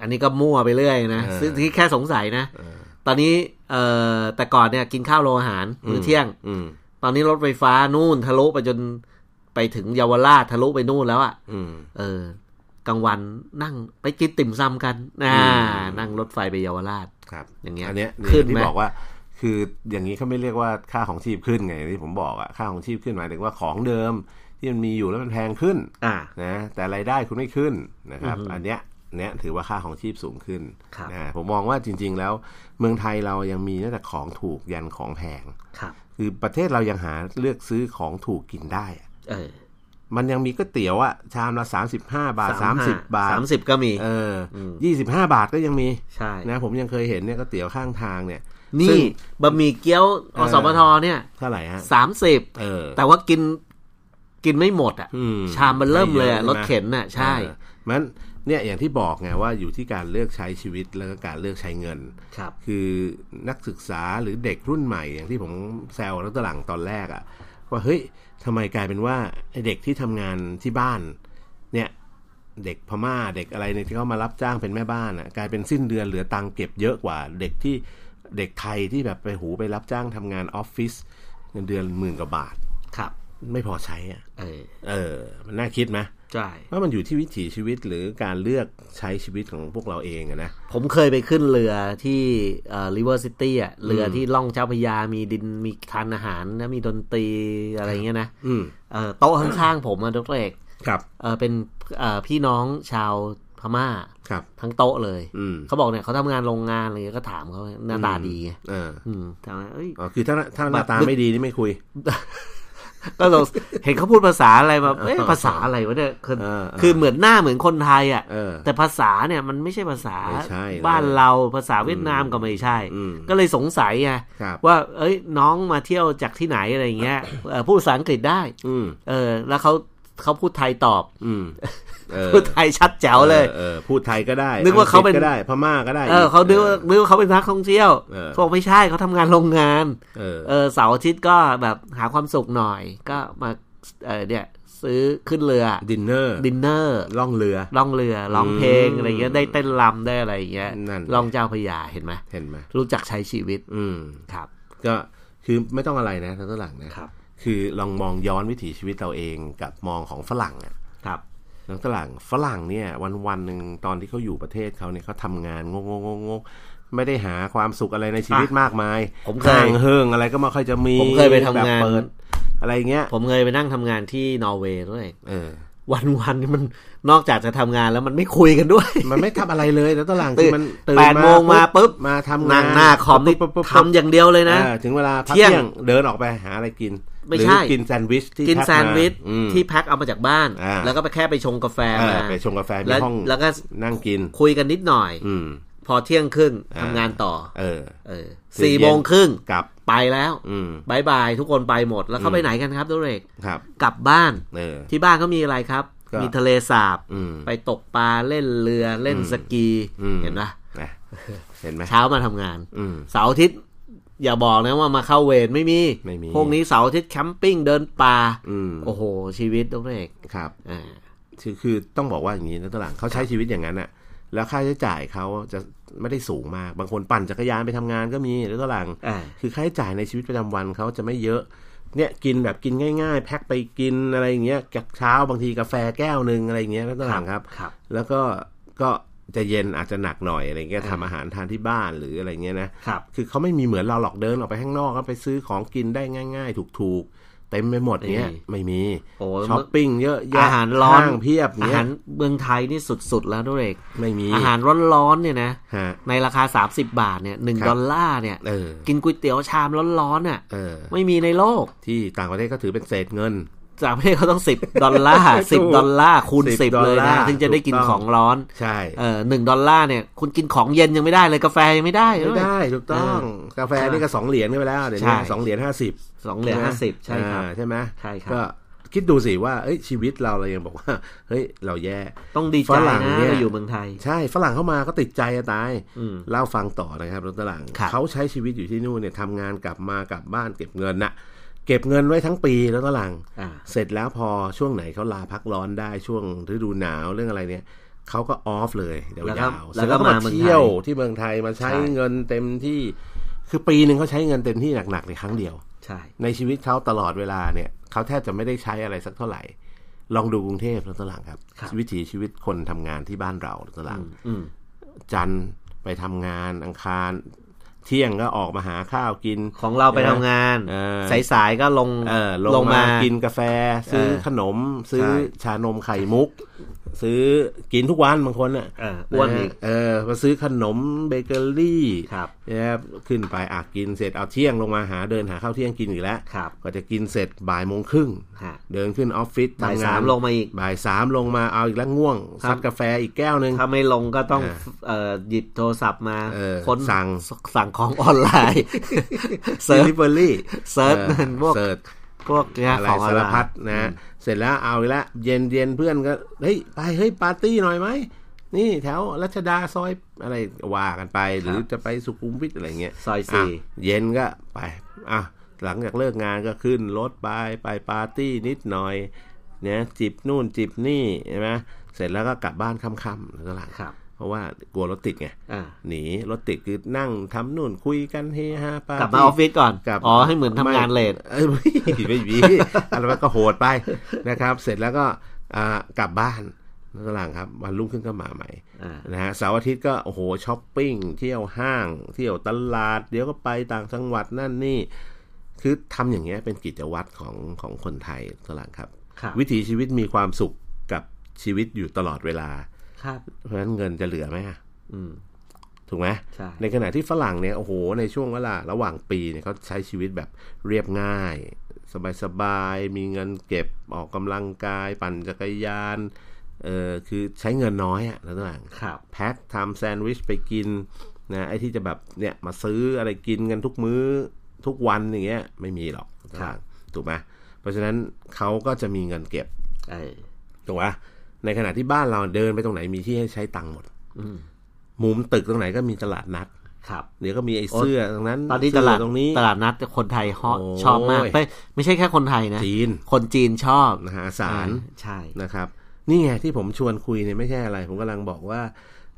[SPEAKER 2] อันนี้ก็มั่วไปเรื่อยนะ
[SPEAKER 1] เออ
[SPEAKER 2] ซึ่งที่แค่สงสัยนะ ตอนนี้เออแต่ก่อนเนี่ยกินข้าวโรงอาหารมื้อเที่ยง
[SPEAKER 1] อืม
[SPEAKER 2] ตอนนี้รถไฟฟ้านู่นทะลุไปจนไปถึงเยาวราชทะลุไปนู่นแล้วอะ่ะ
[SPEAKER 1] อืม
[SPEAKER 2] เออกลางวันนั่งไปกินติ่มซำกันอ่า
[SPEAKER 1] อืม
[SPEAKER 2] นั่งรถไฟไปเยาวราช
[SPEAKER 1] ครับ
[SPEAKER 2] อย่างเงี้ย
[SPEAKER 1] อันเนี้ยคื
[SPEAKER 2] ขึ้
[SPEAKER 1] อน
[SPEAKER 2] ไหม
[SPEAKER 1] ที่บอกว่า คืออย่างนี้เขาไม่เรียกว่าค่าของชีพขึ้นไงที่ผมบอกอะค่าของชีพขึ้นหมายถึงว่าของเดิมที่มันมีอยู่แล้วมันแพงขึ้น
[SPEAKER 2] อ่า
[SPEAKER 1] นะแต่รายได้คุณไม่ขึ้นนะครับ
[SPEAKER 2] อือฮึ
[SPEAKER 1] อันเนี้ยเนี้ยถือว่าค่าของชีพสูงขึ้น
[SPEAKER 2] ครับ
[SPEAKER 1] นะผมมองว่าจริง ๆ แล้วเมืองไทยเรายังมีตั้งแต่ของถูกยันของแพง
[SPEAKER 2] ครับ
[SPEAKER 1] คือประเทศเรายังหาเลือกซื้อของถูกกินได้อะ
[SPEAKER 2] เออ
[SPEAKER 1] มันยังมีก๋วยเตี๋ยวอะชามละ 35 บาท 30 บาท
[SPEAKER 2] สามสิบก็มี
[SPEAKER 1] เอออ
[SPEAKER 2] ม
[SPEAKER 1] ยี่สิบห้าบาทก็ยังมี
[SPEAKER 2] ใช่
[SPEAKER 1] นะผมยังเคยเห็นเนี่ยก๋วยเตี๋ยวข้างทางเนี่ย ซึ่ง
[SPEAKER 2] นี่บะหมี่เกี๊ยว
[SPEAKER 1] เอ
[SPEAKER 2] อ
[SPEAKER 1] อ
[SPEAKER 2] สมทเนี่ย
[SPEAKER 1] เท่าไหร่ฮะ
[SPEAKER 2] สามสิบ
[SPEAKER 1] เออ
[SPEAKER 2] แต่ว่ากินกินไม่หมดอ่ะ
[SPEAKER 1] อื
[SPEAKER 2] ชามมันเริ่มเลยอะ
[SPEAKER 1] ใช่ไห
[SPEAKER 2] รถเข็นน่ะ ใช่
[SPEAKER 1] เออมันเนี่ยอย่างที่บอกไงว่าอยู่ที่การเลือกใช้ชีวิตแล้วก็การเลือกใช้เงิน
[SPEAKER 2] ครับ
[SPEAKER 1] คือนักศึกษาหรือเด็กรุ่นใหม่ อย่างที่ผมแซวแล้วตหลังตอนแรกอะว่าเฮ้ยทำไมกลายเป็นว่าไอ้เด็กที่ทำงานที่บ้านเนี่ยเด็กพม่าเด็กอะไรเนี่ยที่เขามารับจ้างเป็นแม่บ้านอะกลายเป็นสิ้นเดือนเหลือตังค์เก็บเยอะกว่า เด็กที่เด็กไทยที่แบบไปหูไปรับจ้างทำงานออฟฟิศเงินเดือนหมื่นกว่าบาท
[SPEAKER 2] ครับ
[SPEAKER 1] ไม่พอใช้อะ
[SPEAKER 2] เออ
[SPEAKER 1] เออ มันน่าคิดไหม
[SPEAKER 2] ใช่
[SPEAKER 1] ว่ามันอยู่ที่วิถีชีวิตหรือการเลือกใช้ชีวิตของพวกเราเองอะนะ
[SPEAKER 2] ผมเคยไปขึ้นเรือที่เอ่อริเวอร์ซิตี้อ่ะ เรือที่ล่องเจ้าพระยา มีดิน มีทานอาหารนะมีดนตรีอะไรเงี้ยนะ
[SPEAKER 1] อืม
[SPEAKER 2] เอ่อโต๊ะข้างๆผมอะดรเอก
[SPEAKER 1] ครับ
[SPEAKER 2] เอ่อเป็นเอ่อพี่น้องชาวพม่า
[SPEAKER 1] ครับ
[SPEAKER 2] ทั้งโต๊ะเลย
[SPEAKER 1] อืม
[SPEAKER 2] เขาบอกเนี่ยเขาทำงานโรงงานอะไรเงี้ยก็ถามเขาหน้าตาดีไง
[SPEAKER 1] เออ
[SPEAKER 2] อืมถามว่าเอ้ย
[SPEAKER 1] อ๋อคือถ้าถ้าหน้าตาไม่ดีนี่ไม่คุย
[SPEAKER 2] ก็เราเห็นเขาพูดภาษาอะไรมาเอ๊ะ
[SPEAKER 1] เออ
[SPEAKER 2] ภาษาอะไรวะเนี่ยคือ
[SPEAKER 1] เออเออ
[SPEAKER 2] คือเหมือนหน้าเหมือนคนไทยอ่ะ
[SPEAKER 1] เออ
[SPEAKER 2] แต่ภาษาเนี่ยมันไม่ใช่ภาษา
[SPEAKER 1] ไม่ใช่เลย
[SPEAKER 2] บ้านเราภาษาเวียดนามก็ไม่ใช่
[SPEAKER 1] อืม
[SPEAKER 2] ก็เลยสงสัยไง
[SPEAKER 1] ครับ
[SPEAKER 2] ว่า เอ้ยน้องมาเที่ยวจากที่ไหนอะไรอย่างเงี้ <coughs> ยเอ่อพูดภาษาอังกฤษได้
[SPEAKER 1] อืม
[SPEAKER 2] เออ แล้วเขาเขาพูดไทยตอบ
[SPEAKER 1] อืมเออ
[SPEAKER 2] พูดไทยชัดแจ๋วเลย
[SPEAKER 1] ออออพูดไทยก็ได้
[SPEAKER 2] นึกว่าเขาเป็น
[SPEAKER 1] อังฤษก็ได้ พม่าก็ได้
[SPEAKER 2] เออเขานึกว่า
[SPEAKER 1] ออ
[SPEAKER 2] นึกว่าเขาเป็นนักท่องเที่ยว
[SPEAKER 1] เออ
[SPEAKER 2] เขาบอกไม่ใช่เขาทำงานโรงงาน
[SPEAKER 1] เออ
[SPEAKER 2] เออเสาร์อาทิตย์ก็แบบหาความสุขหน่อย ก็มาเออเนี่ยซื้อขึ้นเรือ
[SPEAKER 1] ดินเนอร์
[SPEAKER 2] ดินเนอร์
[SPEAKER 1] ล่องเรือ
[SPEAKER 2] ร้องเรือร้องเพลง
[SPEAKER 1] อืม
[SPEAKER 2] อะไรเงี้ยได้เต้นรำได้อะไรเงี้ย
[SPEAKER 1] นั่น
[SPEAKER 2] ร้องเจ้าพระยาเห็นไหม
[SPEAKER 1] เห็นไหม
[SPEAKER 2] รู้จักใช้ชีวิต
[SPEAKER 1] อืม
[SPEAKER 2] ครับ
[SPEAKER 1] ก็คือไม่ต้องอะไรนะทั้งหลังนะครับ คือลองมองย้อนวิถีชีวิตเราเองกับมองของฝรั่งอะ
[SPEAKER 2] ครับ
[SPEAKER 1] นักตลาดฝรั่งเนี่ยวันวันๆหนึ่งตอนที่เขาอยู่ประเทศเขาเนี่ยเขาทำงานงงงงงๆไม่ได้หาความสุขอะไรในชีวิตมากมาย
[SPEAKER 2] ผมเค
[SPEAKER 1] ห้าย งเฮิงอะไรก็ไม่ค่อยจะมี
[SPEAKER 2] ผมเคยไปทำงาน
[SPEAKER 1] แบบเปิดอะไรเงี้ย
[SPEAKER 2] ผมเคยไปนั่งทำงานที่นอร์เวย์ด้วย
[SPEAKER 1] เออ
[SPEAKER 2] วันวันๆมันนอกจากจะทำงานแล้วมันไม่คุยกัน
[SPEAKER 1] <laughs>
[SPEAKER 2] ด้วย
[SPEAKER 1] มันไม่ทำอะไรเลยแล้วตลาดคื
[SPEAKER 2] ตื่น
[SPEAKER 1] อมันตื่น
[SPEAKER 2] แปดโมงมาปุ๊บ
[SPEAKER 1] มาทำงา
[SPEAKER 2] นั่
[SPEAKER 1] น
[SPEAKER 2] งหน้าคอมนี่
[SPEAKER 1] ปุ๊บปุ๊บ
[SPEAKER 2] ทำอย่างเดียวเลยนะ
[SPEAKER 1] เออถึงเวลาพัก
[SPEAKER 2] เที่
[SPEAKER 1] เที่
[SPEAKER 2] ย
[SPEAKER 1] ย
[SPEAKER 2] ง
[SPEAKER 1] งเดินออกไปหาอะไรกิน
[SPEAKER 2] ไม่
[SPEAKER 1] หรือ
[SPEAKER 2] ใช่
[SPEAKER 1] กินแซนด์วิชที่
[SPEAKER 2] กิน
[SPEAKER 1] พ็ค
[SPEAKER 2] แซนด์วิช
[SPEAKER 1] มาอืม
[SPEAKER 2] ที่แพ็คเอามาจากบ้าน
[SPEAKER 1] อ่า
[SPEAKER 2] แล้วก็ไปแค่ไปชงกาแฟ
[SPEAKER 1] เออ
[SPEAKER 2] มา
[SPEAKER 1] ไปชงกาแฟใน
[SPEAKER 2] แล้ว
[SPEAKER 1] ห้อง
[SPEAKER 2] แล้วก็
[SPEAKER 1] นั่งกิน
[SPEAKER 2] คุยกันนิดหน่อย
[SPEAKER 1] อืม
[SPEAKER 2] พอเที่ยงครึ่ง
[SPEAKER 1] อ่า
[SPEAKER 2] ทำงานต่อ
[SPEAKER 1] เออ
[SPEAKER 2] เออ
[SPEAKER 1] ตื่นเย็น
[SPEAKER 2] สี่โมงครึ่ง
[SPEAKER 1] กลับ
[SPEAKER 2] ไปแล้ว
[SPEAKER 1] อืม
[SPEAKER 2] บายบายทุกคนไปหมดแล้วเขาไปไหนกันครับดุเรก
[SPEAKER 1] ครับ
[SPEAKER 2] กลับบ้าน
[SPEAKER 1] เออ
[SPEAKER 2] ที่บ้านเขามีอะไรครับ
[SPEAKER 1] ก็
[SPEAKER 2] มีทะเลสาบ
[SPEAKER 1] อืม
[SPEAKER 2] ไปตกปลาเล่นเรือเล่นสกี
[SPEAKER 1] อืม
[SPEAKER 2] เห็นปะ
[SPEAKER 1] นะ <laughs> เห็นไหม
[SPEAKER 2] เช้ามาทำงาน
[SPEAKER 1] อืม
[SPEAKER 2] เสาร์อาทิตย์อย่าบอกนะว่ามาเข้าเวรไม่มี
[SPEAKER 1] ไม่มี
[SPEAKER 2] พวกนี้เสาร์อาทิตย์แคมปิ้งเดินป่า
[SPEAKER 1] อืม
[SPEAKER 2] โอ้โห ชีวิตดุเรก
[SPEAKER 1] ครับ
[SPEAKER 2] อ่า
[SPEAKER 1] คือคือต้องบอกว่าอย่างนี้นะตอนหลังเขาใช้ชีวิตอย่างนั้นอะแล้วค่าใช้จ่ายเขาจะไม่ได้สูงมากบางคนปั่นจักรยานไปทำงานก็มีแล้วตอนหลัง
[SPEAKER 2] อ่า
[SPEAKER 1] คือค่าใช้จ่ายในชีวิตประจำวันเขาจะไม่เยอะ เนี่ยกินแบบกินง่ายๆ แพ็คไปกินอะไรอย่างเงี้ยจากเช้าบางทีกาแฟแก้วหนึ่งอะไรอย่างเงี้ยแล้วต่างครับ
[SPEAKER 2] ครับ
[SPEAKER 1] แล้วก็ก็จะเย็นอาจจะหนักหน่อยอะไรเงี้ย
[SPEAKER 2] อ่า
[SPEAKER 1] ทำอาหารทานที่บ้านหรืออะไรเงี้ยนะ
[SPEAKER 2] ครับ
[SPEAKER 1] คือเขาไม่มีเหมือนเราหรอกเดินออกไปข้างนอกก็ไปซื้อของกินได้ง่าย ๆ ถูกๆเต็มไปหมดเนี้ยไม่มี
[SPEAKER 2] โอ้
[SPEAKER 1] ช้อปปิ้งเยอะแยะ
[SPEAKER 2] อาหารร้อน
[SPEAKER 1] ห้างเพียบ
[SPEAKER 2] อา
[SPEAKER 1] เนี้
[SPEAKER 2] หาย รเมืองไทยนี่สุดๆแล้วดุเรก
[SPEAKER 1] ไม่มี
[SPEAKER 2] อาหารร้อนๆเนี่ยนะ
[SPEAKER 1] ฮะ
[SPEAKER 2] ในราคา 30 บาทเนี่ยหนึ่ง
[SPEAKER 1] ครับ
[SPEAKER 2] ดอลลาร์เนี่ย
[SPEAKER 1] เออ
[SPEAKER 2] กินก๋วยเตี๋ยวชามร้อนๆน่ะ
[SPEAKER 1] เออ
[SPEAKER 2] ไม่มีในโลก
[SPEAKER 1] ที่ต่างประเทศก็ถือเป็นเศษเงิน
[SPEAKER 2] จากประเทศเขาต้อง 10 ดอลลา
[SPEAKER 1] <laughs>
[SPEAKER 2] ร์ 10 ดอลลาร์คูณ
[SPEAKER 1] 10
[SPEAKER 2] 10 เลย
[SPEAKER 1] ดอลลา
[SPEAKER 2] นะ
[SPEAKER 1] ร์
[SPEAKER 2] ถึงจะได้กิน
[SPEAKER 1] ถูกต้อง
[SPEAKER 2] ของร้อน
[SPEAKER 1] ใช่
[SPEAKER 2] เออหนึ่งดอลลาร์เนี่ย คุณกินของเย็นยังไม่ได้เลยกาแฟยังไม่ได้เล
[SPEAKER 1] ไม่
[SPEAKER 2] ย
[SPEAKER 1] ได้ถูกต้อง กาแฟนี่ก็สองเหรียญกันไปแล้วเดี๋ยว
[SPEAKER 2] ใช่
[SPEAKER 1] นี้สองเหรียญห้าสิบ
[SPEAKER 2] สองเหรียญห้าสิบใช่ครับ
[SPEAKER 1] ใช่ไหม
[SPEAKER 2] ใช่ครับ
[SPEAKER 1] ก็คิดดูสิว่าเอ้ยชีวิตเราเรายังบอกว่า เฮ้ย เราแย่
[SPEAKER 2] ต้องดีใจ
[SPEAKER 1] ฝรั่ง
[SPEAKER 2] นะ
[SPEAKER 1] เนี่ย
[SPEAKER 2] เราอยู่เมืองไทย
[SPEAKER 1] ใช่ฝรั่งเข้ามาก็ติดใจอะตาย
[SPEAKER 2] อืม
[SPEAKER 1] เล่าฟังต่อนะครับรถตลัง
[SPEAKER 2] ครับ
[SPEAKER 1] เขาใช้ชีวิตอยู่ที่นู่นเนี่ยทำงานกลับมากลับบ้านเก็บเงินน่ะ เก็บเงินไว้ทั้งปีแล้วตลัง
[SPEAKER 2] อ่า
[SPEAKER 1] เสร็จแล้วพอช่วงไหนเขาลาพักร้อนได้ช่วงฤดูหนาวเรื่องอะไรเนี่ยเขาก็ออฟเลยเดี๋ยว
[SPEAKER 2] แล้วก็
[SPEAKER 1] ยาว
[SPEAKER 2] แล้วก็
[SPEAKER 1] เสร็จ
[SPEAKER 2] มาเมืองไทย
[SPEAKER 1] เที่ยวที่เมืองไทยมาใช้
[SPEAKER 2] ใช่
[SPEAKER 1] เงินเต็มที่ คือปีหนึ่งเขาใช้เงินเต็มที่หนักๆในครั้งเดียว
[SPEAKER 2] ใช่
[SPEAKER 1] ในชีวิตเขาตลอดเวลาเนี่ยเขาแทบจะไม่ได้ใช้อะไรสักเท่าไหร่ ลองดูกรุงเทพแล้วตลังครับวิถีชีวิตคนทำงานที่บ้านเราตลัง
[SPEAKER 2] อืม
[SPEAKER 1] จันทร์ไปทำงานอังคาร เที่ยงก็ออกมาหาข้าวกิน
[SPEAKER 2] ของเราไปทำงาน
[SPEAKER 1] เออ
[SPEAKER 2] สายๆก็ลง
[SPEAKER 1] เออลงมากินกาแฟ ซื้อ
[SPEAKER 2] เออ
[SPEAKER 1] ขนม ซื้อ
[SPEAKER 2] ใช่
[SPEAKER 1] ชานมไข่มุก ซื้อกินทุกวันบางคนอ่ะ
[SPEAKER 2] เอออ้วนะ
[SPEAKER 1] ฮะ
[SPEAKER 2] อีก
[SPEAKER 1] เออมาซื้อขนมเบเกอรี่
[SPEAKER 2] ครับ
[SPEAKER 1] นะครับขึ้นไปอ่ะกินเสร็จเอาเที่ยงลงมาหาเดินหาข้าวเที่ยงกินอีกแล้ว
[SPEAKER 2] ครับ
[SPEAKER 1] ก็จะกินเสร็จบ่ายโมงครึ่ง
[SPEAKER 2] ฮะ
[SPEAKER 1] เดินขึ้นออฟฟิศ
[SPEAKER 2] บ่าย
[SPEAKER 1] ทำง
[SPEAKER 2] สานมลงมาอีก
[SPEAKER 1] บ่ายสามลงมาเอาอีกแล้วง่วง
[SPEAKER 2] ครับ
[SPEAKER 1] ซัดกาแฟอีกแก้วหนึ่ง
[SPEAKER 2] ถ้าไม่ลงก็ต้อง
[SPEAKER 1] อ่า
[SPEAKER 2] เอ่อหยิบโทรศัพท์มา
[SPEAKER 1] เออ
[SPEAKER 2] ค้น
[SPEAKER 1] สั่ง
[SPEAKER 2] สั่งของออนไลน์
[SPEAKER 1] <laughs>
[SPEAKER 2] เซิร์ช
[SPEAKER 1] ลิเบอ <laughs> รี่
[SPEAKER 2] เซิร์ชมันพวก
[SPEAKER 1] เสิร์ช
[SPEAKER 2] พวกเนี่ย
[SPEAKER 1] อะไร
[SPEAKER 2] ของออ
[SPEAKER 1] สาน
[SPEAKER 2] ไล
[SPEAKER 1] ร
[SPEAKER 2] น์
[SPEAKER 1] พัดนะ เสร็จแล้วเอาอีกละเย็นเย็นเพื่อนก็เฮ้ยไปเฮ้ยปาร์ตี้หน่อยไหมนี่แถวรัชดาซอยอะไรว่ากันไป หรือจะไปสุขุมวิทอะไรเงี้ย
[SPEAKER 2] ซอย
[SPEAKER 1] อ่ะ
[SPEAKER 2] สี่
[SPEAKER 1] เย็นก็ไปอ่ะหลังจากเลิกงานก็ขึ้นรถไปไปปาร์ตี้นิดหน่อยเนี่ยจิบนู่นจิบนี่ใช่ไหมเสร็จแล้วก็กลับบ้านค่ำๆก็หลัง
[SPEAKER 2] ครับ
[SPEAKER 1] เพราะว่ากลัวรถติดไง
[SPEAKER 2] อ่า
[SPEAKER 1] หนีรถติดคือนั่งทำนู่นคุยกันเฮฮาปาร์
[SPEAKER 2] ก
[SPEAKER 1] ตี้
[SPEAKER 2] ลับมาออฟฟิศก่อน
[SPEAKER 1] กลับ
[SPEAKER 2] อ๋อ ให้เหมือนทำงาน
[SPEAKER 1] ไม่
[SPEAKER 2] เลท
[SPEAKER 1] เอ้ยไม่ไม่มีอะไรมันก็โหดไปนะครับ เสร็จแล้วก็อ่ากลับบ้านแล้วก็หลังครับวันรุ่งขึ้นก็มาใหม่
[SPEAKER 2] อ่า
[SPEAKER 1] นะฮะเสาร์อาทิตย์ก็โอ้โหช้อปปิ้งเที่ยวห้าง เที่ยวตลาด เดี๋ยวก็ไปต่างจังหวัดนั่นนี่ คือทำอย่างเงี้ยเป็นกิจวัตรของของคนไทยตลาดครับ
[SPEAKER 2] ครับ
[SPEAKER 1] วิถีชีวิตมีความสุขกับชีวิตอยู่ตลอดเวลา
[SPEAKER 2] ครับ
[SPEAKER 1] เพราะฉะนั้นเงินจะเหลือไหมอะ
[SPEAKER 2] อืม
[SPEAKER 1] ถูกไหม
[SPEAKER 2] ใช่
[SPEAKER 1] ในขณะที่ฝรั่งเนี่ยโอ้โหในช่วงเวลาระหว่างปีเนี่ยเขาใช้ชีวิตแบบเรียบง่าย สบายๆ มีเงินเก็บออกกำลังกาย ปั่นจักรยานเออคือใช้เงินน้อยอะแล้วต่าง
[SPEAKER 2] ครับ
[SPEAKER 1] แพ็คทำแซนด์วิชไปกินนะไอ้ที่จะแบบเนี่ยมาซื้ออะไรกินกันทุกมื้อทุกวันอย่างเงี้ยไม่มีหรอก
[SPEAKER 2] ครับ
[SPEAKER 1] ถูกไหมเพราะฉะนั้นเขาก็จะมีเงินเก็บ
[SPEAKER 2] ไอ
[SPEAKER 1] ถูกปะในขณะที่บ้านเราเดินไปตรงไหนมีที่ให้ใช้ตังค์หมด
[SPEAKER 2] อืม
[SPEAKER 1] มุมตึกตรงไหนก็มีตลาดนัด
[SPEAKER 2] ครับ
[SPEAKER 1] เดี๋ยวก็มีไอ้เสื้อตรงนั้น
[SPEAKER 2] ตอนนี้ตลาด
[SPEAKER 1] เสื้ตรงนี้
[SPEAKER 2] ตลาดนัดคนไทยฮอ
[SPEAKER 1] โอ้ย
[SPEAKER 2] ชอบมากไม่ไม่ใช่แค่คนไทยนะ
[SPEAKER 1] จีน
[SPEAKER 2] คนจีนชอบ
[SPEAKER 1] มหาศาล
[SPEAKER 2] อ่ใช่
[SPEAKER 1] นะครับ นี่ไงที่ผมชวนคุยเนี่ยไม่ใช่อะไร ผมกำลังบอกว่า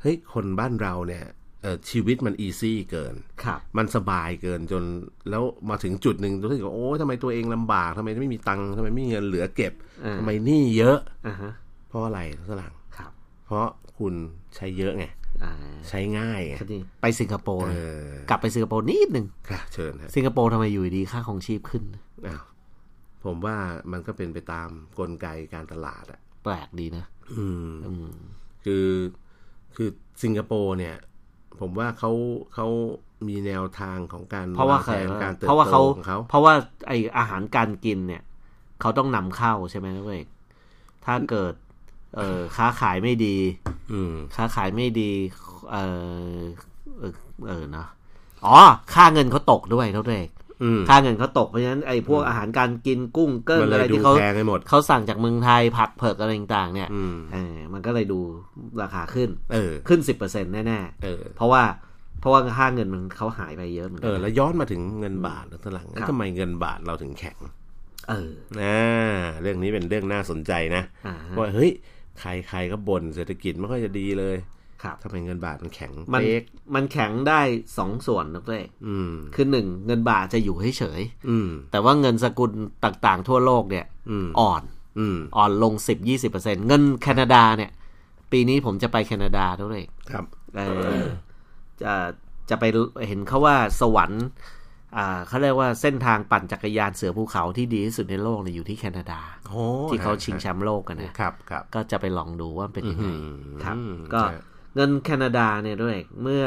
[SPEAKER 1] เฮ้ยคนบ้านเราเนี่ยเอ่อชีวิตมันอีซี่เกิน
[SPEAKER 2] ครับ
[SPEAKER 1] มันสบายเกินจนแล้วมาถึงจุดหนึ่งรู้สึกว่าโอ้ยทำไมตัวเองลำบากทำไมไม่มีตังค์ทำไมไม่มีเงินเหลือเก็บ
[SPEAKER 2] อ่า
[SPEAKER 1] ทำไมหนี้เยอะ
[SPEAKER 2] อ่าฮะ
[SPEAKER 1] เพราะอะไรฝรั่ง
[SPEAKER 2] ครับ
[SPEAKER 1] เพราะคุณใช้เยอะไง
[SPEAKER 2] อ่า
[SPEAKER 1] ใช้ง่ายไง
[SPEAKER 2] คดีไปสิงคโปร์
[SPEAKER 1] เอ
[SPEAKER 2] นะ
[SPEAKER 1] อก
[SPEAKER 2] ลับไปสิงคโปร์นิดหนึ่ง
[SPEAKER 1] ค่ะเชิญฮะ
[SPEAKER 2] สิงคโปร์ทำไมอยู่ดีค่าของชีพขึ้น
[SPEAKER 1] อ้าวผมว่ามันก็เป็นไปตามกลไกการตลาดอะ
[SPEAKER 2] แปลกดีนะ
[SPEAKER 1] อืม
[SPEAKER 2] อืม
[SPEAKER 1] คือคือสิงคโปร์เนี่ย ผมว่าเขาเขามีแนวทางของการ
[SPEAKER 2] เพราะว่า
[SPEAKER 1] แผ
[SPEAKER 2] เขา
[SPEAKER 1] นการเติบ
[SPEAKER 2] เพราะว่า
[SPEAKER 1] โต
[SPEAKER 2] เขา
[SPEAKER 1] ของเขา
[SPEAKER 2] เพราะว่าไออาหารการกินเนี่ย เขาต้องนำเข้าใช่ไหมนักเอกถ้าเกิด เออค้าขายไม่ดี
[SPEAKER 1] อืม
[SPEAKER 2] ค้าขายไม่ดี เออเออเออเนาะอ๋อ ค่าเงินเขาตกด้วยนักเอก
[SPEAKER 1] อืม
[SPEAKER 2] ค่าเงินเขาตกเพราะฉะนั้นไอ้พวกอาหารการกินกุ้งเกิ้ง
[SPEAKER 1] มันเล
[SPEAKER 2] อะไร
[SPEAKER 1] ยดู
[SPEAKER 2] ที่เขา
[SPEAKER 1] แพงไปหมด
[SPEAKER 2] เขาสั่งจากเมืองไทยผักเผือกอะไรต่างๆเนี่ย
[SPEAKER 1] อืม
[SPEAKER 2] เออมันก็เลยดูราคาขึ้น
[SPEAKER 1] เออ
[SPEAKER 2] ขึ้นสิบเปอร์เซ็นต์แน่
[SPEAKER 1] เออ
[SPEAKER 2] ๆ เพราะว่าเพราะว่าค่าเงินมันเขาหายไปเยอะเหมือน
[SPEAKER 1] เอ
[SPEAKER 2] กั
[SPEAKER 1] อ
[SPEAKER 2] น
[SPEAKER 1] แล้วย้อนมาถึงเงินบาทนะตลัง
[SPEAKER 2] ครับ
[SPEAKER 1] ทำไมเงินบาทเราถึงแข็ง
[SPEAKER 2] เออ
[SPEAKER 1] นะเรื่องนี้เป็นเรื่องน่าสนใจนะ
[SPEAKER 2] อ่าฮะ
[SPEAKER 1] ว่าเฮ้ยใครใครก็บ่นเศรษฐกิจไม่ค่อยจะดีเลย
[SPEAKER 2] ครับ
[SPEAKER 1] ทำไมเงินบาทมันแข็ง
[SPEAKER 2] มัน
[SPEAKER 1] เป๊ก
[SPEAKER 2] มันแข็งได้สองส่วนนะเต้
[SPEAKER 1] อืม
[SPEAKER 2] คือหนึ่งเงินบาทจะอยู่เฉย
[SPEAKER 1] อืม
[SPEAKER 2] ๆแต่ว่าเงินสกุลต่างๆ ทั่วโลกเนี่ย
[SPEAKER 1] อืม
[SPEAKER 2] อ่อน
[SPEAKER 1] อืม
[SPEAKER 2] อ่อนลง 10-20%เงินแคนาดาเนี่ย ปีนี้ผมจะไปแคนาดาด้วย
[SPEAKER 1] ครับ
[SPEAKER 2] เออจะจะไปเห็นเขาว่าสวรรค์ อ่าเขาเรียกว่าเส้นทางปั่นจักรยานเสือภูเขาที่ดีที่สุดในโลกเนี่ยอยู่ที่แคนาดา
[SPEAKER 1] โอ้
[SPEAKER 2] ที่เขาชิงแชมป์โลกกันนะครับ
[SPEAKER 1] ครับ
[SPEAKER 2] ก็จะไปลองดูว่ามันเป็นยังไง ครับ
[SPEAKER 1] อืม
[SPEAKER 2] ก็
[SPEAKER 1] ใช่
[SPEAKER 2] เงินแคนาดาเนี่ยด้วยเมื่อ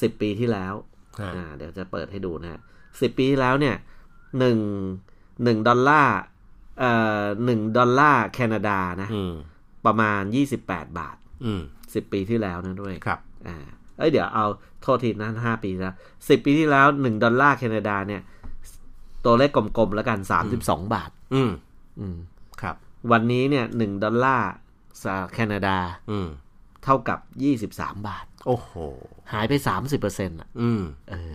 [SPEAKER 2] สิบปีที่แล้ว
[SPEAKER 1] ฮะ
[SPEAKER 2] อ่าเดี๋ยวจะเปิดให้ดูนะฮะสิบปีที่แล้วเนี่ยหนึ่งหนึ่งดอลลาร์เอ่อหนึ่งดอลลาร์แคนาดานะ
[SPEAKER 1] อืม
[SPEAKER 2] ประมาณยี่สิบแปดบาท
[SPEAKER 1] อืม
[SPEAKER 2] สิบปีที่แล้วนะด้วย
[SPEAKER 1] ครับ
[SPEAKER 2] อ่าเอ้ยเดี๋ยวเอาโทษทีนะห้าปีแล้วสิบปีที่แล้วหนึ่งดอลลาร์แคนาดาเนี่ย ตัวเลขกลมๆแล้วกันสามสิบสองบาท
[SPEAKER 1] อืม
[SPEAKER 2] อืม
[SPEAKER 1] ครับ
[SPEAKER 2] วันนี้เนี่ยหนึ่งดอลลาร์สหรัฐแคนาดา
[SPEAKER 1] อืม
[SPEAKER 2] เท่ากับยี่สิบสามบาท
[SPEAKER 1] โอ้โห
[SPEAKER 2] หายไปสามสิบเปอร์เซ็นต์อ่ะ
[SPEAKER 1] อืม
[SPEAKER 2] เออ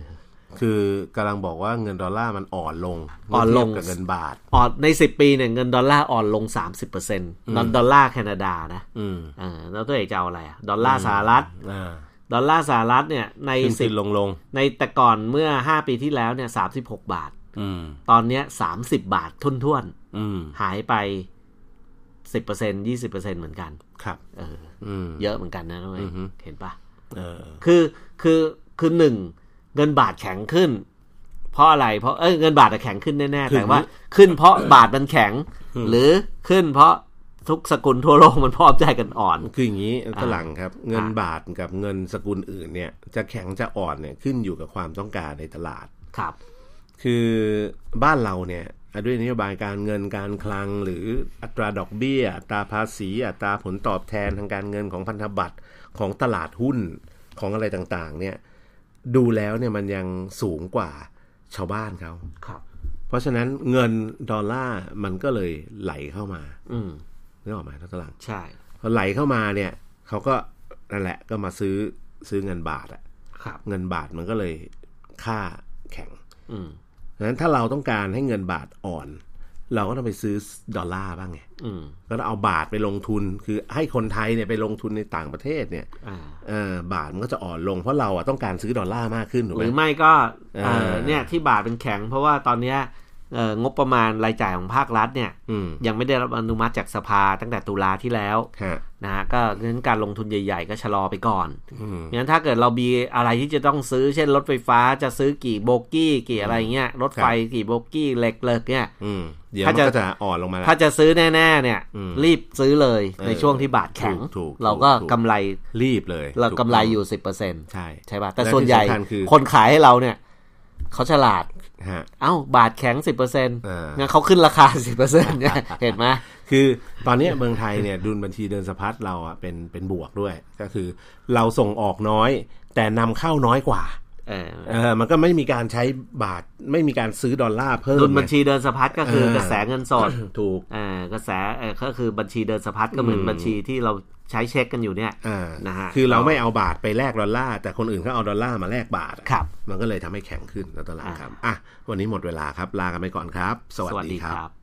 [SPEAKER 1] คือกำลังบอกว่าเงินดอลลาร์มันอ่อนลง
[SPEAKER 2] อ่อนลง
[SPEAKER 1] เมื่เทียบกับเงินบาท
[SPEAKER 2] อ่อนใน 10 ปีเนี่ยเงินดอลลาร์อ่อนลง 30%นอนดอลลาร์แคนาดานะ
[SPEAKER 1] อืม
[SPEAKER 2] เออแล้วตัวเอกจะเอาอะไรอะดอลลาร์สหรัฐ
[SPEAKER 1] อ่า
[SPEAKER 2] ดอลลาร์สหรัฐเนี่ยใน
[SPEAKER 1] ขึ้น
[SPEAKER 2] สิ
[SPEAKER 1] ขึ้
[SPEAKER 2] บ
[SPEAKER 1] นลงลง
[SPEAKER 2] ในแต่ก่อนเมื่อ 5 ปีที่แล้วเนี่ย36 บาท
[SPEAKER 1] อืม
[SPEAKER 2] ตอนเนี้ย30 บาททุ่น
[SPEAKER 1] อืม
[SPEAKER 2] ๆ หายไป 10% 20%เหมือนกัน
[SPEAKER 1] ครับ
[SPEAKER 2] เออ
[SPEAKER 1] อืม
[SPEAKER 2] เยอะเหมือนกันนะนุ้ย
[SPEAKER 1] อือฮึ
[SPEAKER 2] เห็นปะ
[SPEAKER 1] เออ
[SPEAKER 2] คือคือคือหนึ่งเงินบาทแข็งขึ้น เพราะอะไรเพราะเอ้ยเงินบาทอะแข็งขึ้นแน่ๆแต่ว่าขึ้นเพราะบาทมันแข็ง หรือขึ้นเพราะทุกสกุลทั่วโลกมันพร้อมใจกันอ่อน
[SPEAKER 1] คืออย่างนี้ฝรั่งครับ เงิน
[SPEAKER 2] อ่ะ
[SPEAKER 1] บาทกับเงินสกุลอื่นเนี่ย จะแข็งจะอ่อนเนี่ยขึ้นอยู่กับความต้องการในตลาด
[SPEAKER 2] ครับ
[SPEAKER 1] คือบ้านเราเนี่ยด้วยนโยบายการเงินการคลังหรืออัตราดอกเบี้ย อัตราภาษี อัตราผลตอบแทนทางการเงินของพันธบัตรของตลาดหุ้นของอะไรต่างๆ เนี่ยดูแล้วเนี่ยมันยังสูงกว่าชาวบ้านเขา
[SPEAKER 2] ครับ
[SPEAKER 1] เพราะฉะนั้นเงินดอลลาร์มันก็เลยไหลเข้ามา
[SPEAKER 2] อืม
[SPEAKER 1] นึกออกไหมท่านตลาด
[SPEAKER 2] ใช่
[SPEAKER 1] พอไหลเข้ามาเนี่ยเขาก็นั่นแหละก็มาซื้อซื้อเงินบาทอะ
[SPEAKER 2] ครับ
[SPEAKER 1] เงินบาทมันก็เลยค่าแข็ง
[SPEAKER 2] อืม
[SPEAKER 1] ดังนั้นถ้าเราต้องการให้เงินบาทอ่อน เราก็ต้องไปซื้อดอลลาร์บ้างไง
[SPEAKER 2] อืม
[SPEAKER 1] ก็ต้องเอาบาทไปลงทุนคือให้คนไทยเนี่ยไปลงทุนในต่างประเทศเนี่ย
[SPEAKER 2] อ่า
[SPEAKER 1] เอ่อบาทมันก็จะอ่อนลงเพราะเราอ่ะต้องการซื้อดอลลาร์มากขึ้นถูก
[SPEAKER 2] ห
[SPEAKER 1] ไหม
[SPEAKER 2] รือไม่ก็เอ่
[SPEAKER 1] อ่า
[SPEAKER 2] อเนี่ยที่บาทเป็นแข็ง เพราะว่าตอนเนี้ยเอ่องบประมาณรายจ่ายของภาครัฐเนี่ย
[SPEAKER 1] อืม
[SPEAKER 2] ยังไม่ได้รับอนุมัติจากสภาตั้งแต่ตุลาที่แล้ว
[SPEAKER 1] ฮะ
[SPEAKER 2] นะฮะก็เน้นการลงทุนใหญ่ๆ ก็ชะลอไปก่อน
[SPEAKER 1] อืม
[SPEAKER 2] งั้นถ้าเกิดเรามีอะไรที่จะต้องซื้อเช่นรถไฟฟ้าจะซื้อกี่โบกี้กี่อะไรเงี้ยรถไฟกี่โบกี้เหล็กเลิกเนี่ย
[SPEAKER 1] อืมเดี๋ยว
[SPEAKER 2] ถ้า
[SPEAKER 1] มัน
[SPEAKER 2] จะ
[SPEAKER 1] ก็จะอ่อนลงมาแล้ว
[SPEAKER 2] ถ้าจะซื้อแน่ ๆ เนี่ย
[SPEAKER 1] อืม
[SPEAKER 2] รีบซื้อเลย
[SPEAKER 1] เออ
[SPEAKER 2] ในช่วงที่บาทแข็ง
[SPEAKER 1] ถูกถูก
[SPEAKER 2] เราก็
[SPEAKER 1] ถูก
[SPEAKER 2] กำไร
[SPEAKER 1] รีบเลย
[SPEAKER 2] เรา
[SPEAKER 1] ถู
[SPEAKER 2] กำไร
[SPEAKER 1] ต้ง
[SPEAKER 2] อยู่สิบเปอร์เซ็น
[SPEAKER 1] ใช่
[SPEAKER 2] ใช่ป่ะ แต่
[SPEAKER 1] ละ
[SPEAKER 2] ส่วนใหญ่
[SPEAKER 1] ที่สำคัญคือ
[SPEAKER 2] คนขายให้เราเนี่ย เขาฉลาด
[SPEAKER 1] ฮะ
[SPEAKER 2] เอ้า บาทแข็งสิบเปอร์เซ็นต์
[SPEAKER 1] เอ่อ
[SPEAKER 2] งั้นเขาขึ้นราคาสิบเปอร์เซ็นต์
[SPEAKER 1] <laughs>
[SPEAKER 2] เนี่ย เห็นไหม
[SPEAKER 1] คือตอนเนี้ยเมืองไทยเนี่ยดุลบัญชีเดินสะพัดเราอ่ะเป็นเป็นบวกด้วย ก็คือเราส่งออกน้อย แต่นำเข้าน้อยกว่า
[SPEAKER 2] เออ
[SPEAKER 1] เออมันก็ไม่มีการใช้บาทไม่มีการซื้อดอลลาร์เพิ่ม
[SPEAKER 2] ดุลบัญ
[SPEAKER 1] ไ
[SPEAKER 2] ชีเดินสะพัดก็คือ
[SPEAKER 1] เออ
[SPEAKER 2] กระแสเงินส
[SPEAKER 1] ง
[SPEAKER 2] ด
[SPEAKER 1] ถูก
[SPEAKER 2] เออกระแสเออก็คือบัญชีเดินสะพัดก็เหมือน
[SPEAKER 1] อืม
[SPEAKER 2] บัญชีที่เราใช้เช็คกันอยู่เนี่ย
[SPEAKER 1] อ่า
[SPEAKER 2] นะฮะ
[SPEAKER 1] คือเราไม่เอาบาทไปแลกดอลลาร์แต่คนอื่นเขาเอาดอลลาร์มาแลกบาทอะ
[SPEAKER 2] ครับ
[SPEAKER 1] มันก็เลยทำให้แข็งขึ้นในตลาดครับอ่ะวันนี้หมดเวลาครับลากันไปก่อนครับ สวัสดีครับ
[SPEAKER 2] บ